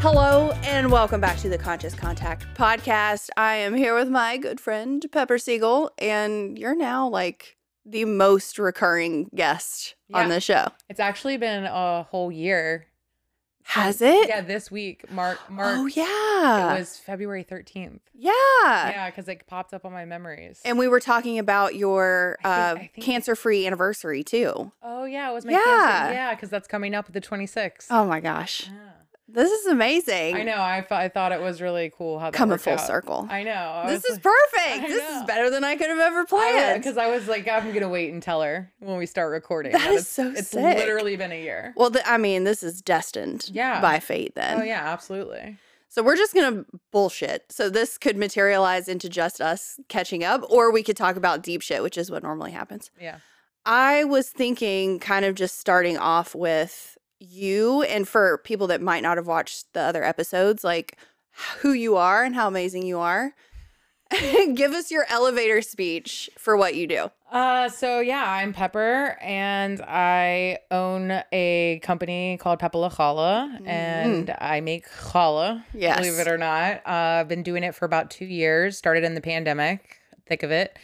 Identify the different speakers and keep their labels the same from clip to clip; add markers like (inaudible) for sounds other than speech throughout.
Speaker 1: Hello and welcome back to the Conscious Contact podcast. I am here with my good friend Pepper Siegel, and you're now like the most recurring guest on
Speaker 2: Yeah.
Speaker 1: the show.
Speaker 2: It's actually been a whole year.
Speaker 1: Has it?
Speaker 2: Yeah, this
Speaker 1: (gasps)
Speaker 2: week, Mark. Mark.
Speaker 1: oh yeah.
Speaker 2: It was February thirteenth.
Speaker 1: yeah.
Speaker 2: Yeah, because it popped up on my memories.
Speaker 1: And we were talking about your
Speaker 2: I
Speaker 1: uh,
Speaker 2: think- I think-
Speaker 1: cancer-free anniversary too.
Speaker 2: oh yeah, it was my
Speaker 1: Yeah.
Speaker 2: cancer. Yeah, because that's coming up the twenty sixth.
Speaker 1: Oh my gosh,
Speaker 2: Yeah.
Speaker 1: this is amazing.
Speaker 2: I know. I, f- I thought it was really cool how that
Speaker 1: Coming
Speaker 2: worked
Speaker 1: full
Speaker 2: out.
Speaker 1: circle.
Speaker 2: I know. I
Speaker 1: this
Speaker 2: was
Speaker 1: is
Speaker 2: like-
Speaker 1: perfect.
Speaker 2: I
Speaker 1: This is
Speaker 2: know.
Speaker 1: better than I could have ever
Speaker 2: I
Speaker 1: planned.
Speaker 2: because I was like, I'm gonna wait and tell her when we start recording.
Speaker 1: That
Speaker 2: but
Speaker 1: is so
Speaker 2: It's
Speaker 1: sick.
Speaker 2: literally been a year.
Speaker 1: well, th- I mean, this is destined
Speaker 2: Yeah.
Speaker 1: by fate then.
Speaker 2: Oh yeah, absolutely.
Speaker 1: So we're just gonna bullshit. So this could materialize into just us catching up, or we could talk about deep shit, which is what normally happens.
Speaker 2: Yeah.
Speaker 1: I was thinking, kind of just starting off with you, and for people that might not have watched the other episodes, like who you are and how amazing you are. (laughs) Give us your elevator speech for what you do.
Speaker 2: Uh, so yeah, I'm Pepper, and I own a company called Pepala Challah, and I make challah.
Speaker 1: Yes.
Speaker 2: believe it or not, uh, I've been doing it for about two years. Started in the pandemic, thick of it,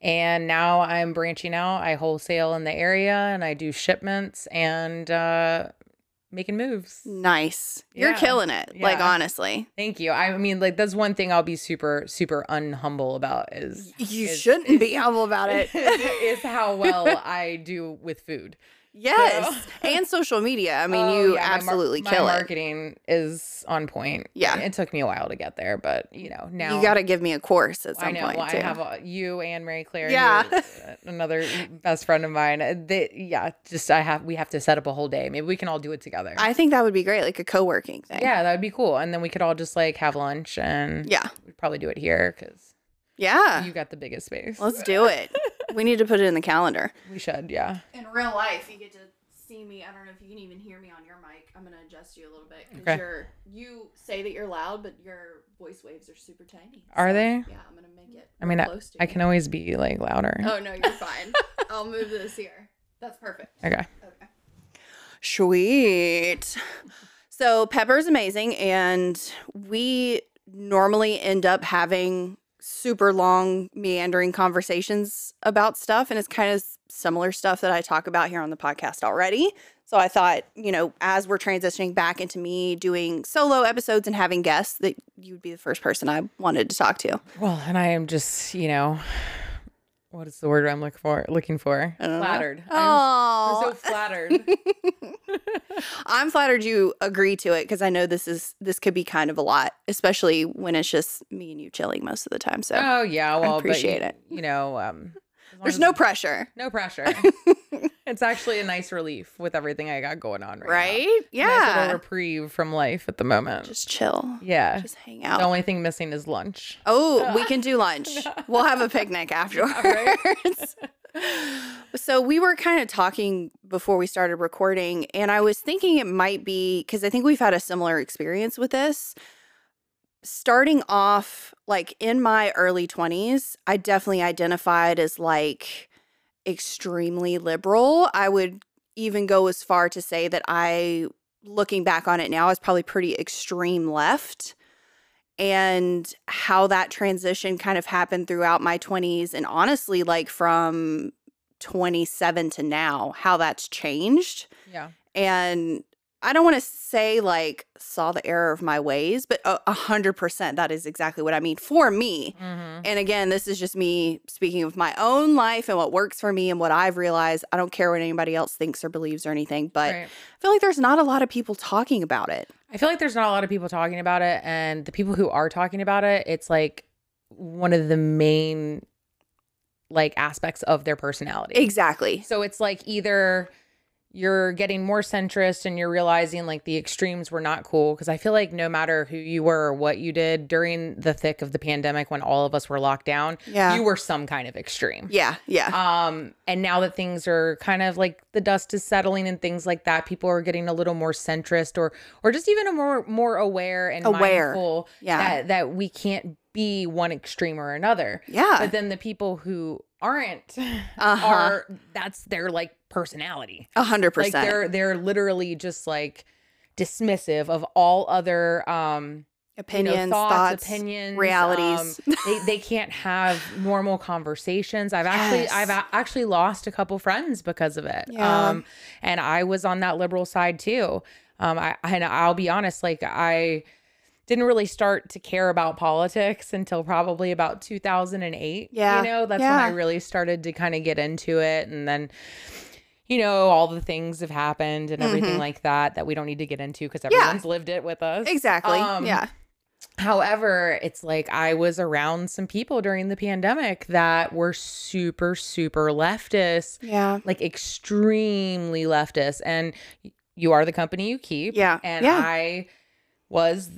Speaker 2: and now I'm branching out. I wholesale in the area, and I do shipments and uh, making moves.
Speaker 1: Mm. Nice. You're
Speaker 2: Yeah.
Speaker 1: killing it. Like
Speaker 2: Yeah.
Speaker 1: honestly.
Speaker 2: Thank you. I mean, like that's one thing I'll be super, super unhumble about is
Speaker 1: You
Speaker 2: It's-
Speaker 1: shouldn't be humble about
Speaker 2: (laughs)
Speaker 1: it. (laughs)
Speaker 2: is how well I do with food.
Speaker 1: Yes. (laughs) and social media. I mean,
Speaker 2: Oh,
Speaker 1: you
Speaker 2: yeah, my mar-
Speaker 1: absolutely
Speaker 2: my
Speaker 1: kill it.
Speaker 2: Marketing is on point.
Speaker 1: Yeah.
Speaker 2: it took me a while to get there, but you know now
Speaker 1: You got to give me a course at some
Speaker 2: I know
Speaker 1: point
Speaker 2: well,
Speaker 1: too.
Speaker 2: I have uh you and Mary Claire.
Speaker 1: Yeah.
Speaker 2: who- uh, another best friend of mine. Uh, They, yeah, just I have we have to set up a whole day. Maybe we can all do it together.
Speaker 1: I think that would be great, like a co-working thing.
Speaker 2: yeah, that would be cool, and then we could all just like have lunch and
Speaker 1: yeah,
Speaker 2: we'd probably do it here because
Speaker 1: yeah.
Speaker 2: you got the biggest space.
Speaker 1: Let's do it.
Speaker 2: (laughs)
Speaker 1: we need to put it in the calendar.
Speaker 2: we should, yeah.
Speaker 1: In real life, you get to see me. I don't know if you can even hear me on your mic. I'm gonna adjust you a little bit because
Speaker 2: Okay.
Speaker 1: you're you say that you're loud, but your voice waves are super tiny.
Speaker 2: Are So, they?
Speaker 1: Yeah, I'm gonna make it.
Speaker 2: I mean, I,
Speaker 1: close
Speaker 2: I can always be like louder.
Speaker 1: Oh no, you're
Speaker 2: (laughs)
Speaker 1: fine. I'll move this here. That's perfect.
Speaker 2: Okay.
Speaker 1: Sweet. So Pepper's amazing, and we normally end up having super long, meandering conversations about stuff. And it's kind of similar stuff that I talk about here on the podcast already. So I thought, you know, as we're transitioning back into me doing solo episodes and having guests, that you would be the first person I wanted to talk to.
Speaker 2: Well, and I am just, you know, what is the word I'm looking for? Looking for
Speaker 1: don't know.
Speaker 2: flattered. I'm,
Speaker 1: Oh,
Speaker 2: I'm so
Speaker 1: (laughs)
Speaker 2: flattered.
Speaker 1: I'm flattered you agree to it because I know this is this could be kind of a lot, especially when it's just me and you chilling most of the time. So
Speaker 2: oh yeah, well, but
Speaker 1: appreciate
Speaker 2: you-
Speaker 1: it.
Speaker 2: You know, um, as long
Speaker 1: there's
Speaker 2: as-
Speaker 1: no pressure,
Speaker 2: no
Speaker 1: (laughs)
Speaker 2: pressure. it's actually a nice relief with everything I got going on right, now.
Speaker 1: right?
Speaker 2: Nice
Speaker 1: Yeah,
Speaker 2: little reprieve from life at the moment.
Speaker 1: just chill,
Speaker 2: yeah.
Speaker 1: just hang
Speaker 2: the
Speaker 1: out.
Speaker 2: only thing missing is lunch.
Speaker 1: Oh, we can do lunch. We'll have a picnic afterwards. so we were kind of talking before we started recording, and I was thinking it might be because I think we've had a similar experience with this. Starting off, like in my early 20s, I definitely identified as like extremely liberal. I would even go as far to say that I, looking back on it now, is probably pretty extreme left. And how that transition kind of happened throughout my 20s, and honestly, like from 27 to now, how that's changed
Speaker 2: Yeah.
Speaker 1: and I don't want to say like saw the error of my ways, but a a hundred percent that is exactly what I mean for me.
Speaker 2: Mhm.
Speaker 1: And again, this is just me speaking of my own life and what works for me and what I've realized. I don't care what anybody else thinks or believes or anything, but
Speaker 2: Right.
Speaker 1: I feel like there's not a lot of people talking about it.
Speaker 2: I feel like there's not a lot of people talking about it, and the people who are talking about it, it's like one of the main like aspects of their personality.
Speaker 1: Exactly.
Speaker 2: So it's like either you're getting more centrist and you're realizing like the extremes were not cool. Cause I feel like no matter who you were or what you did during the thick of the pandemic when all of us were locked down,
Speaker 1: Yeah.
Speaker 2: you were some kind of extreme.
Speaker 1: yeah. Yeah.
Speaker 2: Um, and now that things are kind of like the dust is settling and things like that, people are getting a little more centrist or or just even a more more aware and
Speaker 1: Aware.
Speaker 2: mindful
Speaker 1: Yeah.
Speaker 2: that, that we can't be one extreme or another.
Speaker 1: yeah.
Speaker 2: But then the people who aren't
Speaker 1: Uh-huh.
Speaker 2: are that's their like personality.
Speaker 1: A hundred
Speaker 2: Like
Speaker 1: percent.
Speaker 2: they're they're literally just like dismissive of all other um you know,
Speaker 1: Opinions,
Speaker 2: thoughts,
Speaker 1: thoughts,
Speaker 2: opinions,
Speaker 1: realities.
Speaker 2: um, they they can't have normal conversations. I've actually
Speaker 1: Yes.
Speaker 2: I've a- actually lost a couple friends because of it.
Speaker 1: Yeah.
Speaker 2: Um, and I was on that liberal side too. Um, I and I'll be honest, like I didn't really start to care about politics until probably about 2008.
Speaker 1: Yeah.
Speaker 2: you know that's
Speaker 1: Yeah.
Speaker 2: when I really started to kind of get into it, and then. You know, all the things have happened and everything
Speaker 1: Mhm.
Speaker 2: like that that we don't need to get into because
Speaker 1: Yeah.
Speaker 2: everyone's lived it with us.
Speaker 1: (laughs) exactly.
Speaker 2: Um,
Speaker 1: yeah.
Speaker 2: However, it's like I was around some people during the pandemic that were super, super leftist,
Speaker 1: Yeah.
Speaker 2: like extremely leftist. And y- you are the company you keep.
Speaker 1: Yeah.
Speaker 2: And
Speaker 1: Yeah.
Speaker 2: I was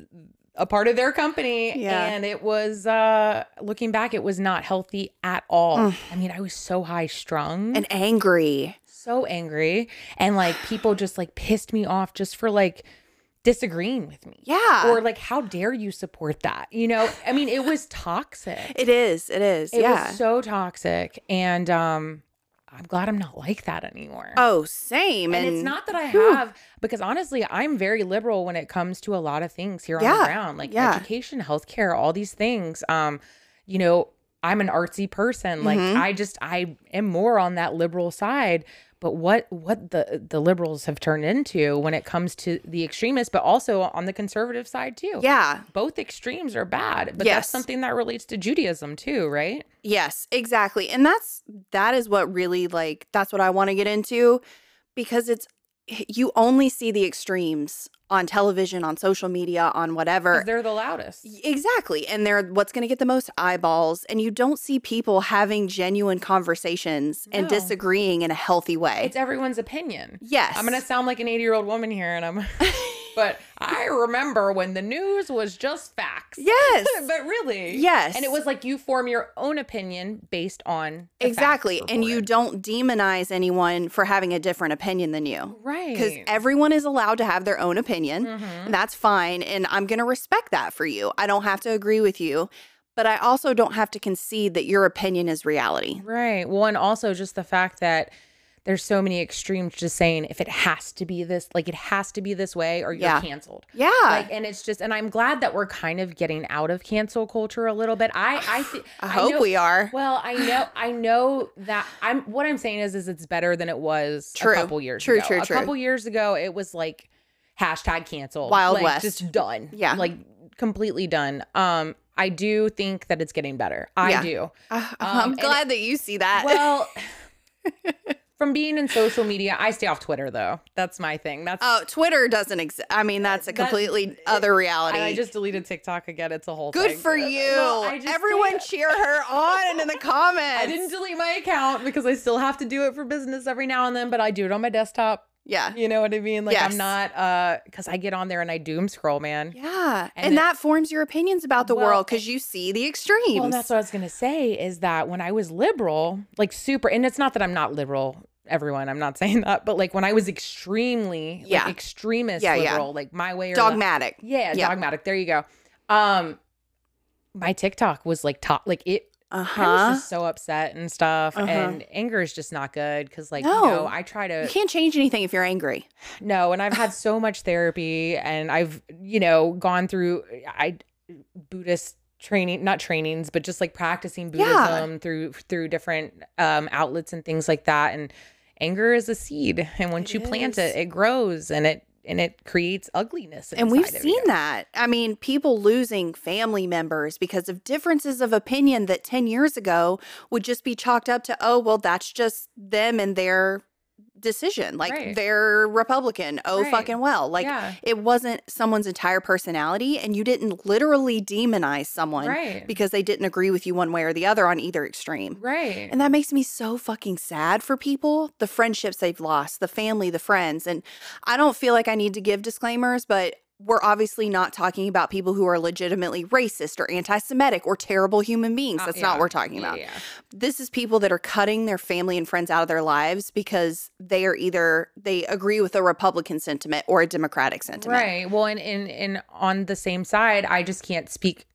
Speaker 2: a part of their company.
Speaker 1: Yeah.
Speaker 2: And it was, uh, looking back, it was not healthy at all.
Speaker 1: Ugh.
Speaker 2: I mean, I was so high strung
Speaker 1: And angry.
Speaker 2: so angry. And like people just like pissed me off just for like disagreeing with me
Speaker 1: Yeah.
Speaker 2: or like how dare you support that you know i mean it was toxic
Speaker 1: it is. It is.
Speaker 2: it
Speaker 1: yeah.
Speaker 2: was so toxic and um i'm glad i'm not like that anymore
Speaker 1: oh, same.
Speaker 2: and,
Speaker 1: And,
Speaker 2: it's not that i
Speaker 1: Whew.
Speaker 2: have because honestly i'm very liberal when it comes to a lot of things here on
Speaker 1: Yeah,
Speaker 2: the ground like
Speaker 1: yeah.
Speaker 2: education healthcare all these things um you know i'm an artsy person like
Speaker 1: Mhm.
Speaker 2: i just i am more on that liberal side but what what the the liberals have turned into when it comes to the extremists but also on the conservative side too
Speaker 1: Yeah.
Speaker 2: both extremes are bad, but
Speaker 1: Yes.
Speaker 2: that's something that relates to Judaism too, right?
Speaker 1: Yes, exactly. And that's that is what really like that's what I want to get into because it's you only see the extremes on television, on social media, on whatever.
Speaker 2: Because they're the loudest.
Speaker 1: Exactly. And they're what's going to get the most eyeballs and you don't see people having genuine conversations and
Speaker 2: No.
Speaker 1: disagreeing in a healthy way.
Speaker 2: It's everyone's opinion.
Speaker 1: yes.
Speaker 2: I'm gonna sound like an 80 year old woman here, and I'm, but I remember when the news was just facts.
Speaker 1: (laughs) Yes.
Speaker 2: (laughs) but really,
Speaker 1: Yes.
Speaker 2: and it was like you form your own opinion based on the facts
Speaker 1: exactly. And you
Speaker 2: reported.
Speaker 1: don't demonize anyone for having a different opinion than you.
Speaker 2: right
Speaker 1: Because everyone is allowed to have their own opinion.
Speaker 2: Mhm.
Speaker 1: That's fine. And I'm going to respect that for you. I don't have to agree with you, but I also don't have to concede that your opinion is reality.
Speaker 2: Right. Well, and also just the fact that there's so many extremes just saying if it has to be this, like it has to be this way, or you're
Speaker 1: Yeah.
Speaker 2: canceled.
Speaker 1: Yeah.
Speaker 2: like and it's just and i'm glad that we're kind of getting out of cancel culture a little bit i
Speaker 1: (sighs)
Speaker 2: i think
Speaker 1: I hope
Speaker 2: know,
Speaker 1: we are.
Speaker 2: well i know i know that i'm what i'm saying is is it's better than it was
Speaker 1: True.
Speaker 2: a couple years
Speaker 1: True,
Speaker 2: ago
Speaker 1: true,
Speaker 2: a
Speaker 1: true.
Speaker 2: couple years ago it was like hashtag cancel
Speaker 1: Wild
Speaker 2: like,
Speaker 1: West.
Speaker 2: just done
Speaker 1: Yeah.
Speaker 2: like completely done um i do think that it's getting better i
Speaker 1: Yeah. (laughs)
Speaker 2: do
Speaker 1: I-
Speaker 2: um,
Speaker 1: (laughs) I'm
Speaker 2: and
Speaker 1: glad that you see that. (laughs)
Speaker 2: well from being in social media i stay off twitter though that's my thing that's
Speaker 1: oh, Twitter doesn't exist. I mean, that's a
Speaker 2: That-
Speaker 1: completely other reality.
Speaker 2: and I just deleted TikTok again. It's a whole
Speaker 1: Good
Speaker 2: thing.
Speaker 1: for you.
Speaker 2: Well, I just
Speaker 1: Everyone
Speaker 2: did.
Speaker 1: cheer her on and in the comments.
Speaker 2: (laughs) I didn't delete my account because I still have to do it for business every now and then, but I do it on my desktop.
Speaker 1: yeah.
Speaker 2: You know what I mean? Like
Speaker 1: Yes.
Speaker 2: I'm not uh because I get on there and I doom scroll, man.
Speaker 1: Yeah. And,
Speaker 2: And it-
Speaker 1: that forms your opinions about the
Speaker 2: Well,
Speaker 1: world because you see the extremes.
Speaker 2: Well, that's what I was gonna say is that when I was liberal, like super, and it's not that I'm not liberal, everyone. I'm not (laughs) saying that, but like when I was extremely, like,
Speaker 1: Yeah.
Speaker 2: extremist
Speaker 1: Yeah, yeah.
Speaker 2: liberal, like my way or the-
Speaker 1: Dogmatic.
Speaker 2: yeah,
Speaker 1: Yeah.
Speaker 2: dogmatic. There you go. Um, my TikTok was like top, like it
Speaker 1: Uh
Speaker 2: I was
Speaker 1: huh.
Speaker 2: just so upset and stuff.
Speaker 1: Uh-huh.
Speaker 2: And anger is just not good because, like, you
Speaker 1: No.
Speaker 2: know, I try
Speaker 1: You
Speaker 2: to
Speaker 1: can't change anything if you're angry.
Speaker 2: no. And I've had so much therapy, and I've you know gone through I Buddhist training, not trainings, but just like practicing
Speaker 1: Yeah.
Speaker 2: Buddhism through through different um, outlets and things like that. And anger is a seed, and once
Speaker 1: It
Speaker 2: you
Speaker 1: is.
Speaker 2: plant it, it grows and it and it creates ugliness.
Speaker 1: And we've
Speaker 2: inside of
Speaker 1: seen
Speaker 2: you.
Speaker 1: that. I mean, people losing family members because of differences of opinion that 10 years ago would just be chalked up to, oh, well, that's just them and their decision. Like
Speaker 2: Right.
Speaker 1: they're Republican. Oh,
Speaker 2: Right.
Speaker 1: fucking well. Like
Speaker 2: Yeah.
Speaker 1: it wasn't someone's entire personality. And you didn't literally demonize someone
Speaker 2: right,
Speaker 1: because they didn't agree with you one way or the other on either extreme.
Speaker 2: right.
Speaker 1: And that makes me so fucking sad for people, the friendships they've lost, the family, the friends. And I don't feel like I need to give disclaimers, but we're obviously not talking about people who are legitimately racist or anti Semitic or terrible human beings.
Speaker 2: Uh,
Speaker 1: That's not
Speaker 2: yeah.
Speaker 1: what we're talking about.
Speaker 2: Yeah.
Speaker 1: This is people that are cutting their family and friends out of their lives because they are either they agree with a Republican sentiment or a Democratic sentiment.
Speaker 2: Right. Well, and, and and on the same side, I just can't speak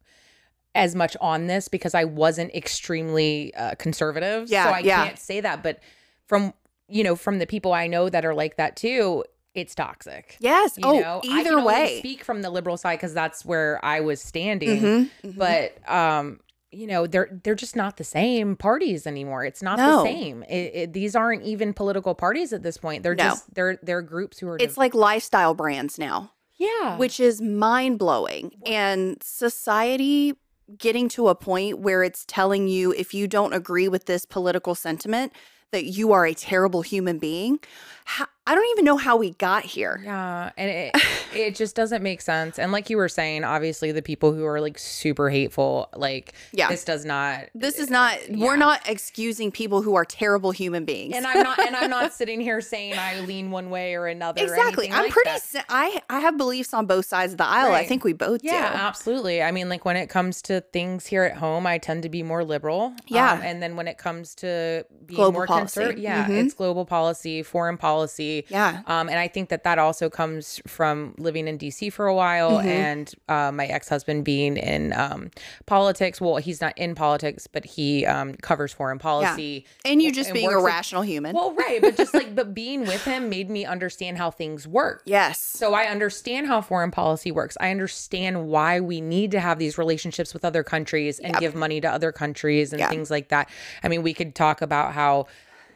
Speaker 2: as much on this because I wasn't extremely uh, conservative.
Speaker 1: Yeah,
Speaker 2: So I
Speaker 1: yeah.
Speaker 2: can't say that. But from you know from the people I know that are like that too, it's toxic.
Speaker 1: Yes.
Speaker 2: You
Speaker 1: oh,
Speaker 2: know, I can
Speaker 1: either
Speaker 2: only
Speaker 1: way.
Speaker 2: speak from the liberal side because that's where I was standing.
Speaker 1: Mhm, mhm.
Speaker 2: But um, you know, they're they're just not the same parties anymore. It's not
Speaker 1: No.
Speaker 2: the same. It, it, these aren't even political parties at this point. They're
Speaker 1: No.
Speaker 2: just they're they're groups who are
Speaker 1: it's like lifestyle brands now,
Speaker 2: yeah,
Speaker 1: which is mind blowing. And society getting to a point where it's telling you if you don't agree with this political sentiment that you are a terrible human being. How, I don't even know how we got here.
Speaker 2: Yeah, and
Speaker 1: (laughs)
Speaker 2: it it just doesn't make sense. And like you were saying, obviously the people who are like super hateful, like
Speaker 1: Yeah.
Speaker 2: this does not.
Speaker 1: This is not, we're
Speaker 2: Yeah.
Speaker 1: not excusing people who are terrible human beings.
Speaker 2: And I'm not.
Speaker 1: (laughs)
Speaker 2: And I'm not sitting here saying I lean one way or another. or
Speaker 1: exactly.
Speaker 2: anything
Speaker 1: I'm
Speaker 2: like
Speaker 1: pretty,
Speaker 2: that.
Speaker 1: si- I, I have beliefs on both sides of the aisle. I
Speaker 2: Right.
Speaker 1: think we both
Speaker 2: Yeah, um,
Speaker 1: do.
Speaker 2: absolutely. I mean, like when it comes to things here at home, I tend to be more liberal.
Speaker 1: Yeah.
Speaker 2: Um, and then when it comes to being
Speaker 1: Global
Speaker 2: more
Speaker 1: policy.
Speaker 2: conservative, yeah,
Speaker 1: Mhm.
Speaker 2: it's global policy, foreign policy.
Speaker 1: Yeah.
Speaker 2: Um, and I think that that also comes from living in DC for a while
Speaker 1: Mhm.
Speaker 2: and uh, my ex husband being in um, politics. Well, he's not in politics, but he um, covers foreign policy.
Speaker 1: And you just
Speaker 2: and
Speaker 1: being a
Speaker 2: works with-
Speaker 1: rational human.
Speaker 2: Well, right. But just like, but being with him made me understand how things work.
Speaker 1: yes.
Speaker 2: So I understand how foreign policy works. I understand why we need to have these relationships with other countries and give money to other countries and
Speaker 1: Yeah.
Speaker 2: things like that. I mean, we could talk about how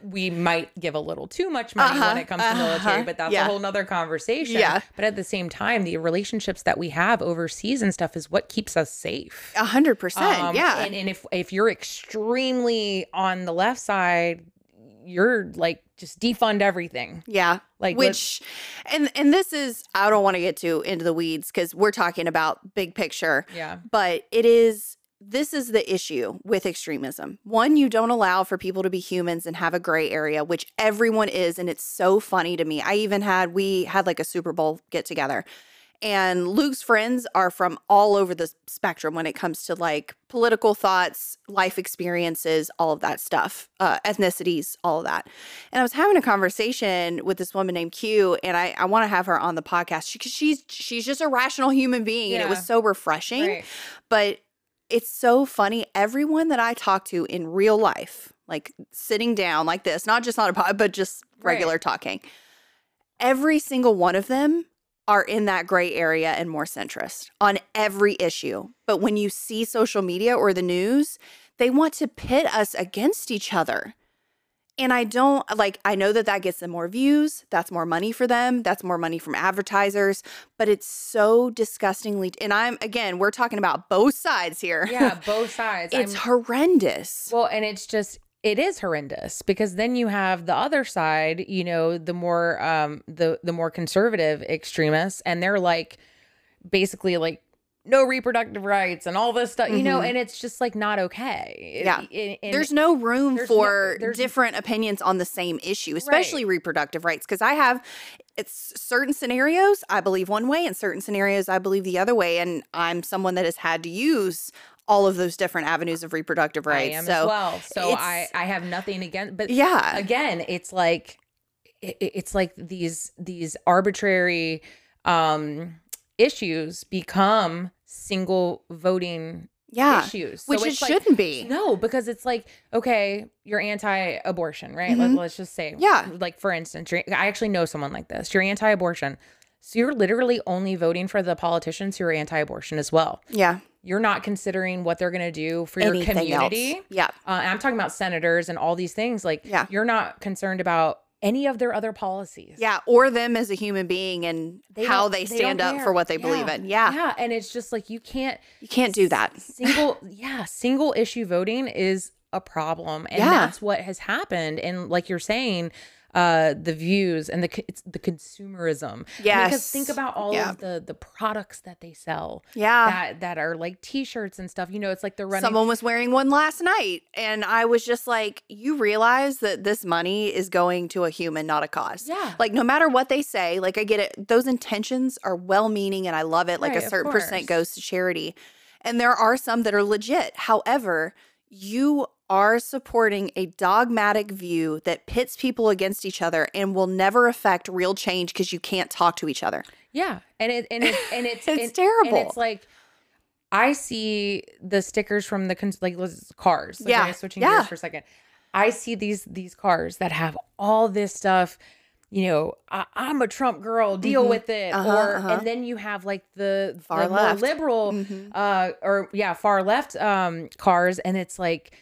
Speaker 2: we might give a little too much money
Speaker 1: Uh-huh,
Speaker 2: when it comes to military,
Speaker 1: uh-huh,
Speaker 2: but that's
Speaker 1: yeah.
Speaker 2: a whole nother conversation.
Speaker 1: Yeah.
Speaker 2: But at the same time, the relationships that we have overseas and stuff is what keeps us safe.
Speaker 1: A hundred
Speaker 2: Um,
Speaker 1: percent. Yeah.
Speaker 2: And, and if if you're extremely on the left side, you're like just defund everything.
Speaker 1: Yeah.
Speaker 2: Like, what-
Speaker 1: which and and this is I don't want to get too into the weeds cuz we're talking about big picture,
Speaker 2: Yeah.
Speaker 1: but it is this is the issue with extremism. One, you don't allow for people to be humans and have a gray area, which everyone is and it's so funny to me. I even had we had like a Super Bowl get together. And Luke's friends are from all over the spectrum when it comes to like political thoughts, life experiences, all of that stuff, uh, ethnicities, all of that. And I was having a conversation with this woman named Q, and I, I want to have her on the podcast because she's she's just a rational human being, and it was
Speaker 2: Yeah.
Speaker 1: so refreshing.
Speaker 2: Right.
Speaker 1: But it's so funny. Everyone that I talk to in real life, like sitting down like this, not just on a pod, but just
Speaker 2: Right.
Speaker 1: regular talking, every single one of them are in that gray area and more centrist on every issue. But when you see social media or the news, they want to pit us against each other. And I don't like, I know that that gets them more views. That's more money for them. That's more money from advertisers. But it's so disgustingly, and I'm again, we're talking about both sides (laughs) here.
Speaker 2: Yeah, both sides.
Speaker 1: it's
Speaker 2: I'm-
Speaker 1: horrendous.
Speaker 2: Well, and it's just it is horrendous because then you have the other side, you know, the more um the the more conservative extremists and they're like basically like no reproductive rights and all this stuff, you know,
Speaker 1: Mhm.
Speaker 2: and it's just like not okay.
Speaker 1: Yeah.
Speaker 2: And- and-
Speaker 1: there's no room
Speaker 2: there's no-
Speaker 1: for
Speaker 2: there's-
Speaker 1: different opinions on the same issue, especially reproductive rights. Because I have it's certain scenarios I believe one way, and certain scenarios I believe the other way. And I'm someone that has had to use all of those different avenues of reproductive
Speaker 2: I
Speaker 1: rights.
Speaker 2: am
Speaker 1: so
Speaker 2: as well. So
Speaker 1: it's-
Speaker 2: I I have nothing against but
Speaker 1: yeah,
Speaker 2: again it's like i- i- it's like these these arbitrary um issues become single voting
Speaker 1: yeah,
Speaker 2: issues So
Speaker 1: which it
Speaker 2: it's like-
Speaker 1: shouldn't be.
Speaker 2: no because it's like okay you're anti-abortion right
Speaker 1: Mhm.
Speaker 2: Let, us just say
Speaker 1: Yeah.
Speaker 2: like for instance you're, i actually know someone like this you're anti-abortion so you're literally only voting for the politicians who are anti-abortion as well
Speaker 1: Yeah,
Speaker 2: you're not considering what they're going to do for your
Speaker 1: anything
Speaker 2: community
Speaker 1: else? Yeah,
Speaker 2: uh, and I'm talking about senators and all these things. Like,
Speaker 1: Yeah.
Speaker 2: you're not concerned about any of their other policies.
Speaker 1: yeah, or them as a human being and
Speaker 2: They
Speaker 1: how
Speaker 2: don't-
Speaker 1: they
Speaker 2: they
Speaker 1: stand
Speaker 2: don't
Speaker 1: up
Speaker 2: care.
Speaker 1: for what they
Speaker 2: Yeah.
Speaker 1: believe in. Yeah,
Speaker 2: Yeah. And it's just like, you can't
Speaker 1: you can't do that.
Speaker 2: single, (laughs) yeah, single issue voting is a problem. And
Speaker 1: Yeah.
Speaker 2: that's what has happened. And like you're saying, uh, the views and the co- it's the consumerism. Yeah,
Speaker 1: Yes,
Speaker 2: Because think about all
Speaker 1: Yeah. Ah.
Speaker 2: of the the products that they sell
Speaker 1: yeah.
Speaker 2: that that are like T-shirts and stuff. You know, it's like they're running
Speaker 1: Someone was wearing one last night, and I was just like, "You realize that this money is going to a human, not a cause."
Speaker 2: Yeah.
Speaker 1: Like, no matter what they say, like I get it. Those intentions are well-meaning, and I love it. Like
Speaker 2: Right,
Speaker 1: a
Speaker 2: of
Speaker 1: certain percent
Speaker 2: course.
Speaker 1: goes to charity, and there are some that are legit. However, you are supporting a dogmatic view that pits people against each other and will never affect real change because you can't talk to each other.
Speaker 2: Yeah, and it and it and
Speaker 1: (laughs)
Speaker 2: it's
Speaker 1: It's
Speaker 2: and-
Speaker 1: terrible.
Speaker 2: And it's like I see the stickers from the cons- like let's- cars. Like,
Speaker 1: Yeah,
Speaker 2: okay, switching
Speaker 1: yeah.
Speaker 2: gears for a second. I see these these cars that have all this stuff. you know, I, I'm a Trump girl, deal
Speaker 1: Mhm.
Speaker 2: with it,
Speaker 1: Uh-huh,
Speaker 2: or
Speaker 1: uh-huh.
Speaker 2: and then you have like the,
Speaker 1: Far
Speaker 2: the more
Speaker 1: left.
Speaker 2: liberal
Speaker 1: Mhm.
Speaker 2: uh or yeah far left um cars and it's like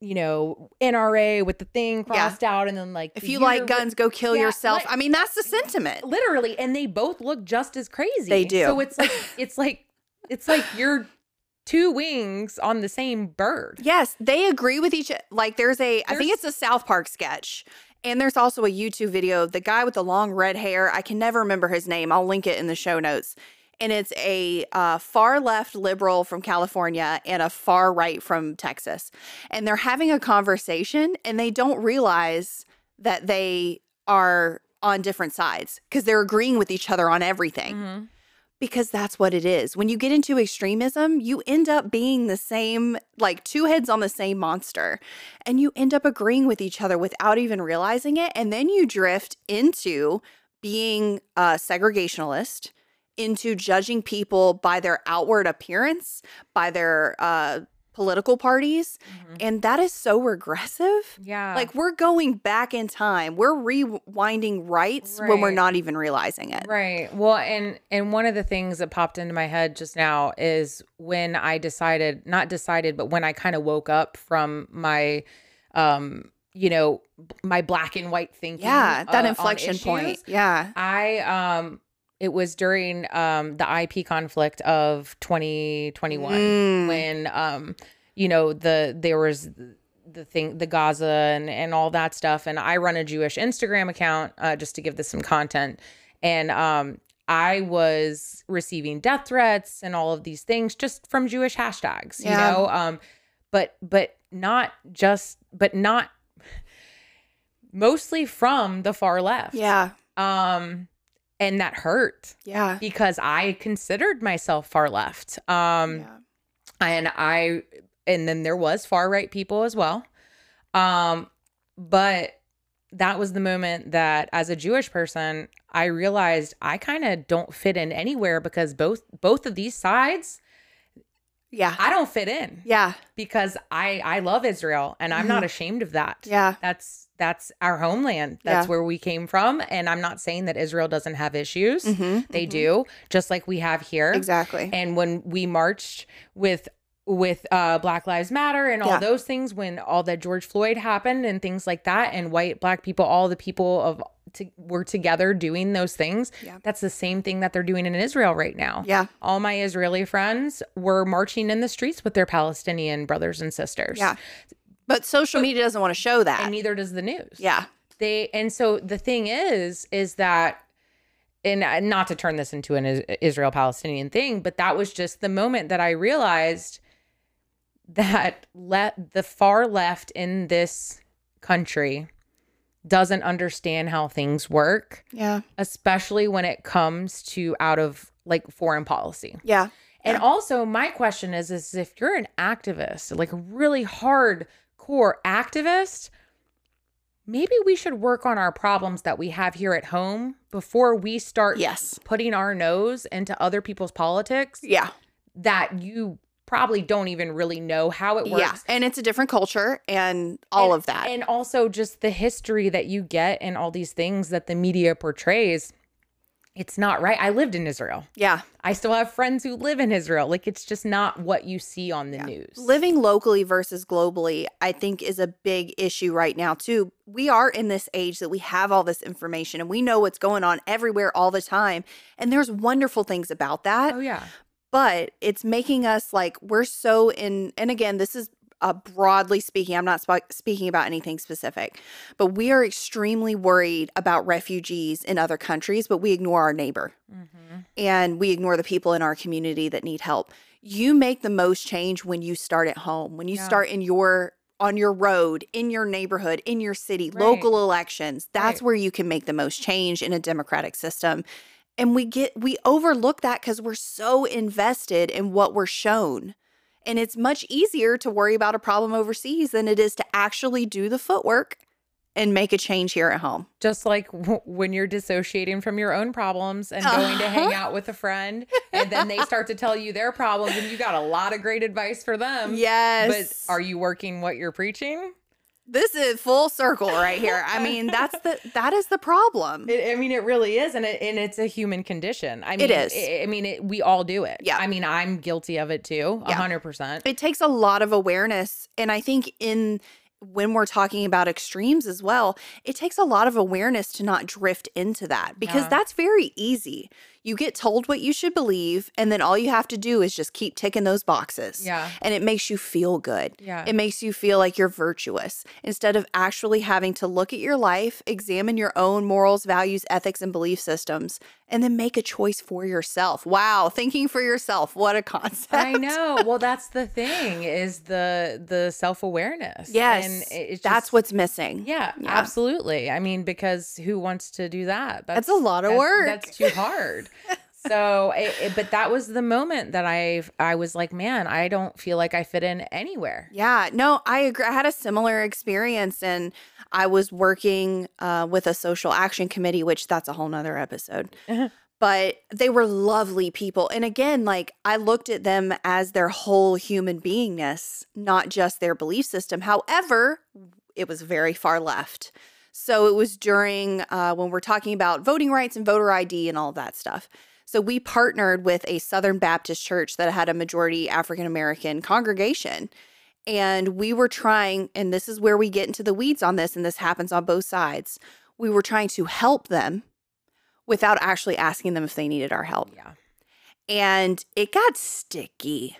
Speaker 2: you know nra with the thing crossed out and then like
Speaker 1: If
Speaker 2: the
Speaker 1: you like
Speaker 2: uter-
Speaker 1: guns, go kill
Speaker 2: Yeah,
Speaker 1: yourself.
Speaker 2: like-
Speaker 1: I mean, that's the sentiment.
Speaker 2: literally and they both look just as crazy
Speaker 1: They do.
Speaker 2: so it's like
Speaker 1: (laughs)
Speaker 2: it's like it's like you're two wings on the same bird
Speaker 1: Yes, they agree with each. Like, there's a, I think it's
Speaker 2: There's-
Speaker 1: a South Park sketch, and there's also a YouTube video of the guy with the long red hair. I can never remember his name. I'll link it in the show notes. And it's a uh, far left liberal from California and a far right from Texas, and they're having a conversation, and they don't realize that they are on different sides because they're agreeing with each other on everything
Speaker 2: Mhm.
Speaker 1: because that's what it is. When you get into extremism, you end up being the same, like two heads on the same monster, and you end up agreeing with each other without even realizing it. And then you drift into being a segregationalist, into judging people by their outward appearance, by their uh, political parties.
Speaker 2: Mhm.
Speaker 1: And that is so regressive.
Speaker 2: yeah
Speaker 1: Like we're going back in time. We're rewinding rights when we're
Speaker 2: Right.
Speaker 1: not even realizing it.
Speaker 2: Right. Well, and and one of the things that popped into my head just now is when I decided, not decided, but when I kind of woke up from my um, you know, b- my black and white thinking.
Speaker 1: Yeah,
Speaker 2: uh,
Speaker 1: that
Speaker 2: on
Speaker 1: inflection point.
Speaker 2: issues,
Speaker 1: Yeah.
Speaker 2: I um it was during um the IP conflict of 2021
Speaker 1: Mm.
Speaker 2: when um you know the there was the thing the gaza and and all that stuff and i run a jewish instagram account uh, just to give this some content and um i was receiving death threats and all of these things just from jewish hashtags you
Speaker 1: Yeah.
Speaker 2: know um but but not just but not (laughs) mostly from the far left
Speaker 1: Yeah.
Speaker 2: um and that hurt
Speaker 1: Yeah.
Speaker 2: because i considered myself far left um
Speaker 1: yeah.
Speaker 2: and i and then there was far right people as well um but that was the moment that as a jewish person i realized i kind of don't fit in anywhere because both both of these sides
Speaker 1: Yeah.
Speaker 2: i don't fit in
Speaker 1: Yeah.
Speaker 2: because i i love israel and i'm not ashamed of that
Speaker 1: Yeah.
Speaker 2: that's that's our homeland that's
Speaker 1: Yeah.
Speaker 2: where we came from and i'm not saying that israel doesn't have issues
Speaker 1: Mhm,
Speaker 2: they
Speaker 1: mhm.
Speaker 2: do just like we have here
Speaker 1: Exactly.
Speaker 2: and when we marched with with uh black lives matter and all
Speaker 1: Yeah.
Speaker 2: those things when all that george floyd happened and things like that and white black people all the people of to, were together doing those things
Speaker 1: Yeah.
Speaker 2: that's the same thing that they're doing in israel right now
Speaker 1: yeah.
Speaker 2: all my israeli friends were marching in the streets with their palestinian brothers and sisters
Speaker 1: Yeah. But social media doesn't want to show that.
Speaker 2: and neither does the news
Speaker 1: yeah.
Speaker 2: they and so the thing is is that and uh, not to turn this into an Israel Palestinian thing but that was just the moment that I realized that let the far left in this country doesn't understand how things work
Speaker 1: Yeah.
Speaker 2: especially when it comes to out of like foreign policy
Speaker 1: Yeah.
Speaker 2: and also, my question is, is if you're an activist, like a really hardcore activist, maybe we should work on our problems that we have here at home before we start
Speaker 1: Yes.
Speaker 2: putting our nose into other people's politics
Speaker 1: Yeah.
Speaker 2: that you probably don't even really know how it works.
Speaker 1: Yeah. And it's a different culture and all
Speaker 2: And-
Speaker 1: of that.
Speaker 2: And also just the history that you get and all these things that the media portrays. It's not right. I lived in Israel.
Speaker 1: yeah.
Speaker 2: I still have friends who live in Israel. Like it's just not what you see on the news.
Speaker 1: Living locally versus globally, I think, is a big issue right now, too. We are in this age that we have all this information and we know what's going on everywhere all the time. And there's wonderful things about that.
Speaker 2: oh yeah.
Speaker 1: but it's making us like we're so in and again this is uh, broadly speaking i'm not sp- speaking about anything specific but we are extremely worried about refugees in other countries but we ignore our neighbor
Speaker 2: Mm-hmm.
Speaker 1: and we ignore the people in our community that need help you make the most change when you start at home when you
Speaker 2: Yeah.
Speaker 1: start in your on your road in your neighborhood in your city
Speaker 2: Right.
Speaker 1: local elections that's
Speaker 2: Right.
Speaker 1: where you can make the most change in a democratic system and we get we overlook that because we're so invested in what we're shown and it's much easier to worry about a problem overseas than it is to actually do the footwork and make a change here at home
Speaker 2: Just like w- when you're dissociating from your own problems and going to hang out with a friend, and then they start to tell you their problems, and you got a lot of great advice for them.
Speaker 1: yes
Speaker 2: But are you working what you're preaching?
Speaker 1: this is full circle right here. I mean, that's the that is the problem.
Speaker 2: It, I mean, it really is, and it, and it's a human condition. I
Speaker 1: It
Speaker 2: mean,
Speaker 1: is.
Speaker 2: I, I mean, it, we all do it.
Speaker 1: Yeah.
Speaker 2: I mean, I'm guilty of it too. A
Speaker 1: Yeah.
Speaker 2: hundred percent.
Speaker 1: It takes a lot of awareness and I think in when we're talking about extremes as well, it takes a lot of awareness to not drift into that because
Speaker 2: Yeah.
Speaker 1: that's very easy. You get told what you should believe and then all you have to do is just keep ticking those boxes.
Speaker 2: Yeah.
Speaker 1: And it makes you feel good.
Speaker 2: Yeah.
Speaker 1: It makes you feel like you're virtuous instead of actually having to look at your life, examine your own morals, values, ethics, and belief systems, and then make a choice for yourself. Wow, thinking for yourself. What a (laughs) concept.
Speaker 2: I know. Well, that's the thing is the the self awareness.
Speaker 1: Yes.
Speaker 2: and it- it's
Speaker 1: that's
Speaker 2: just-
Speaker 1: what's missing.
Speaker 2: Yeah,
Speaker 1: Yeah.
Speaker 2: absolutely. I mean, because who wants to do that?
Speaker 1: That's a lot of work.
Speaker 2: That's
Speaker 1: (laughs)
Speaker 2: too hard. so, it, it- but that was the moment that I I was like, man, I don't feel like I fit in anywhere.
Speaker 1: Yeah, no, I agree. I had a similar experience, and I was working uh, with a social action committee, which that's a whole nother (laughs) episode. but they were lovely people. And again, like I looked at them as their whole human beingness, not just their belief system. However, it was very far left. So it was during uh, when we're talking about voting rights and voter ID and all that stuff. So we partnered with a Southern Baptist church that had a majority African American congregation. And we were trying, and this is where we get into the weeds on this, and this happens on both sides. We were trying to help them without actually asking them if they needed our help.
Speaker 2: Yeah.
Speaker 1: And it got sticky.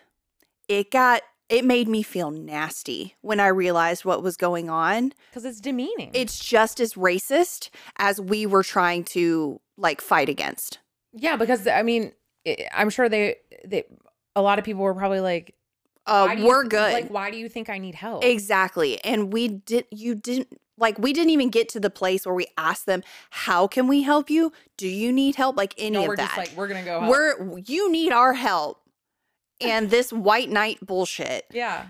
Speaker 1: It got, it made me feel nasty when I realized what was going on.
Speaker 2: Because it's demeaning.
Speaker 1: It's just as racist as we were trying to like fight against.
Speaker 2: yeah, because I mean, i I'm sure they they a lot of people were probably like,
Speaker 1: Uh,
Speaker 2: why do you
Speaker 1: we're
Speaker 2: th-
Speaker 1: good.
Speaker 2: Like, why do you think I need help?
Speaker 1: Exactly. And we did you didn't like we didn't even get to the place where we asked them, "How can we help you? Do you need help?" like any
Speaker 2: No,
Speaker 1: of
Speaker 2: we're
Speaker 1: that.
Speaker 2: just like we're gonna go. Help.
Speaker 1: we're you need our help. And this white knight bullshit.
Speaker 2: yeah.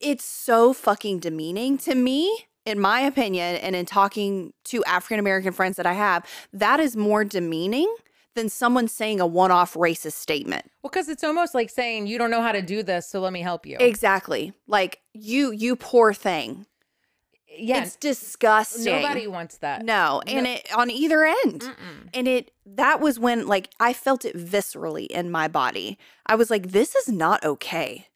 Speaker 1: It's so fucking demeaning to me, in my opinion, and in talking to African American friends that I have, that is more demeaning than someone saying a one-off racist statement.
Speaker 2: Well, because it's almost like saying you don't know how to do this, so let me help you.
Speaker 1: Exactly. Like you you poor thing.
Speaker 2: yeah.
Speaker 1: It's disgusting.
Speaker 2: nobody wants that.
Speaker 1: No, and it on either end.
Speaker 2: Mm-mm.
Speaker 1: And it that was when like I felt it viscerally in my body. I was like this is not okay.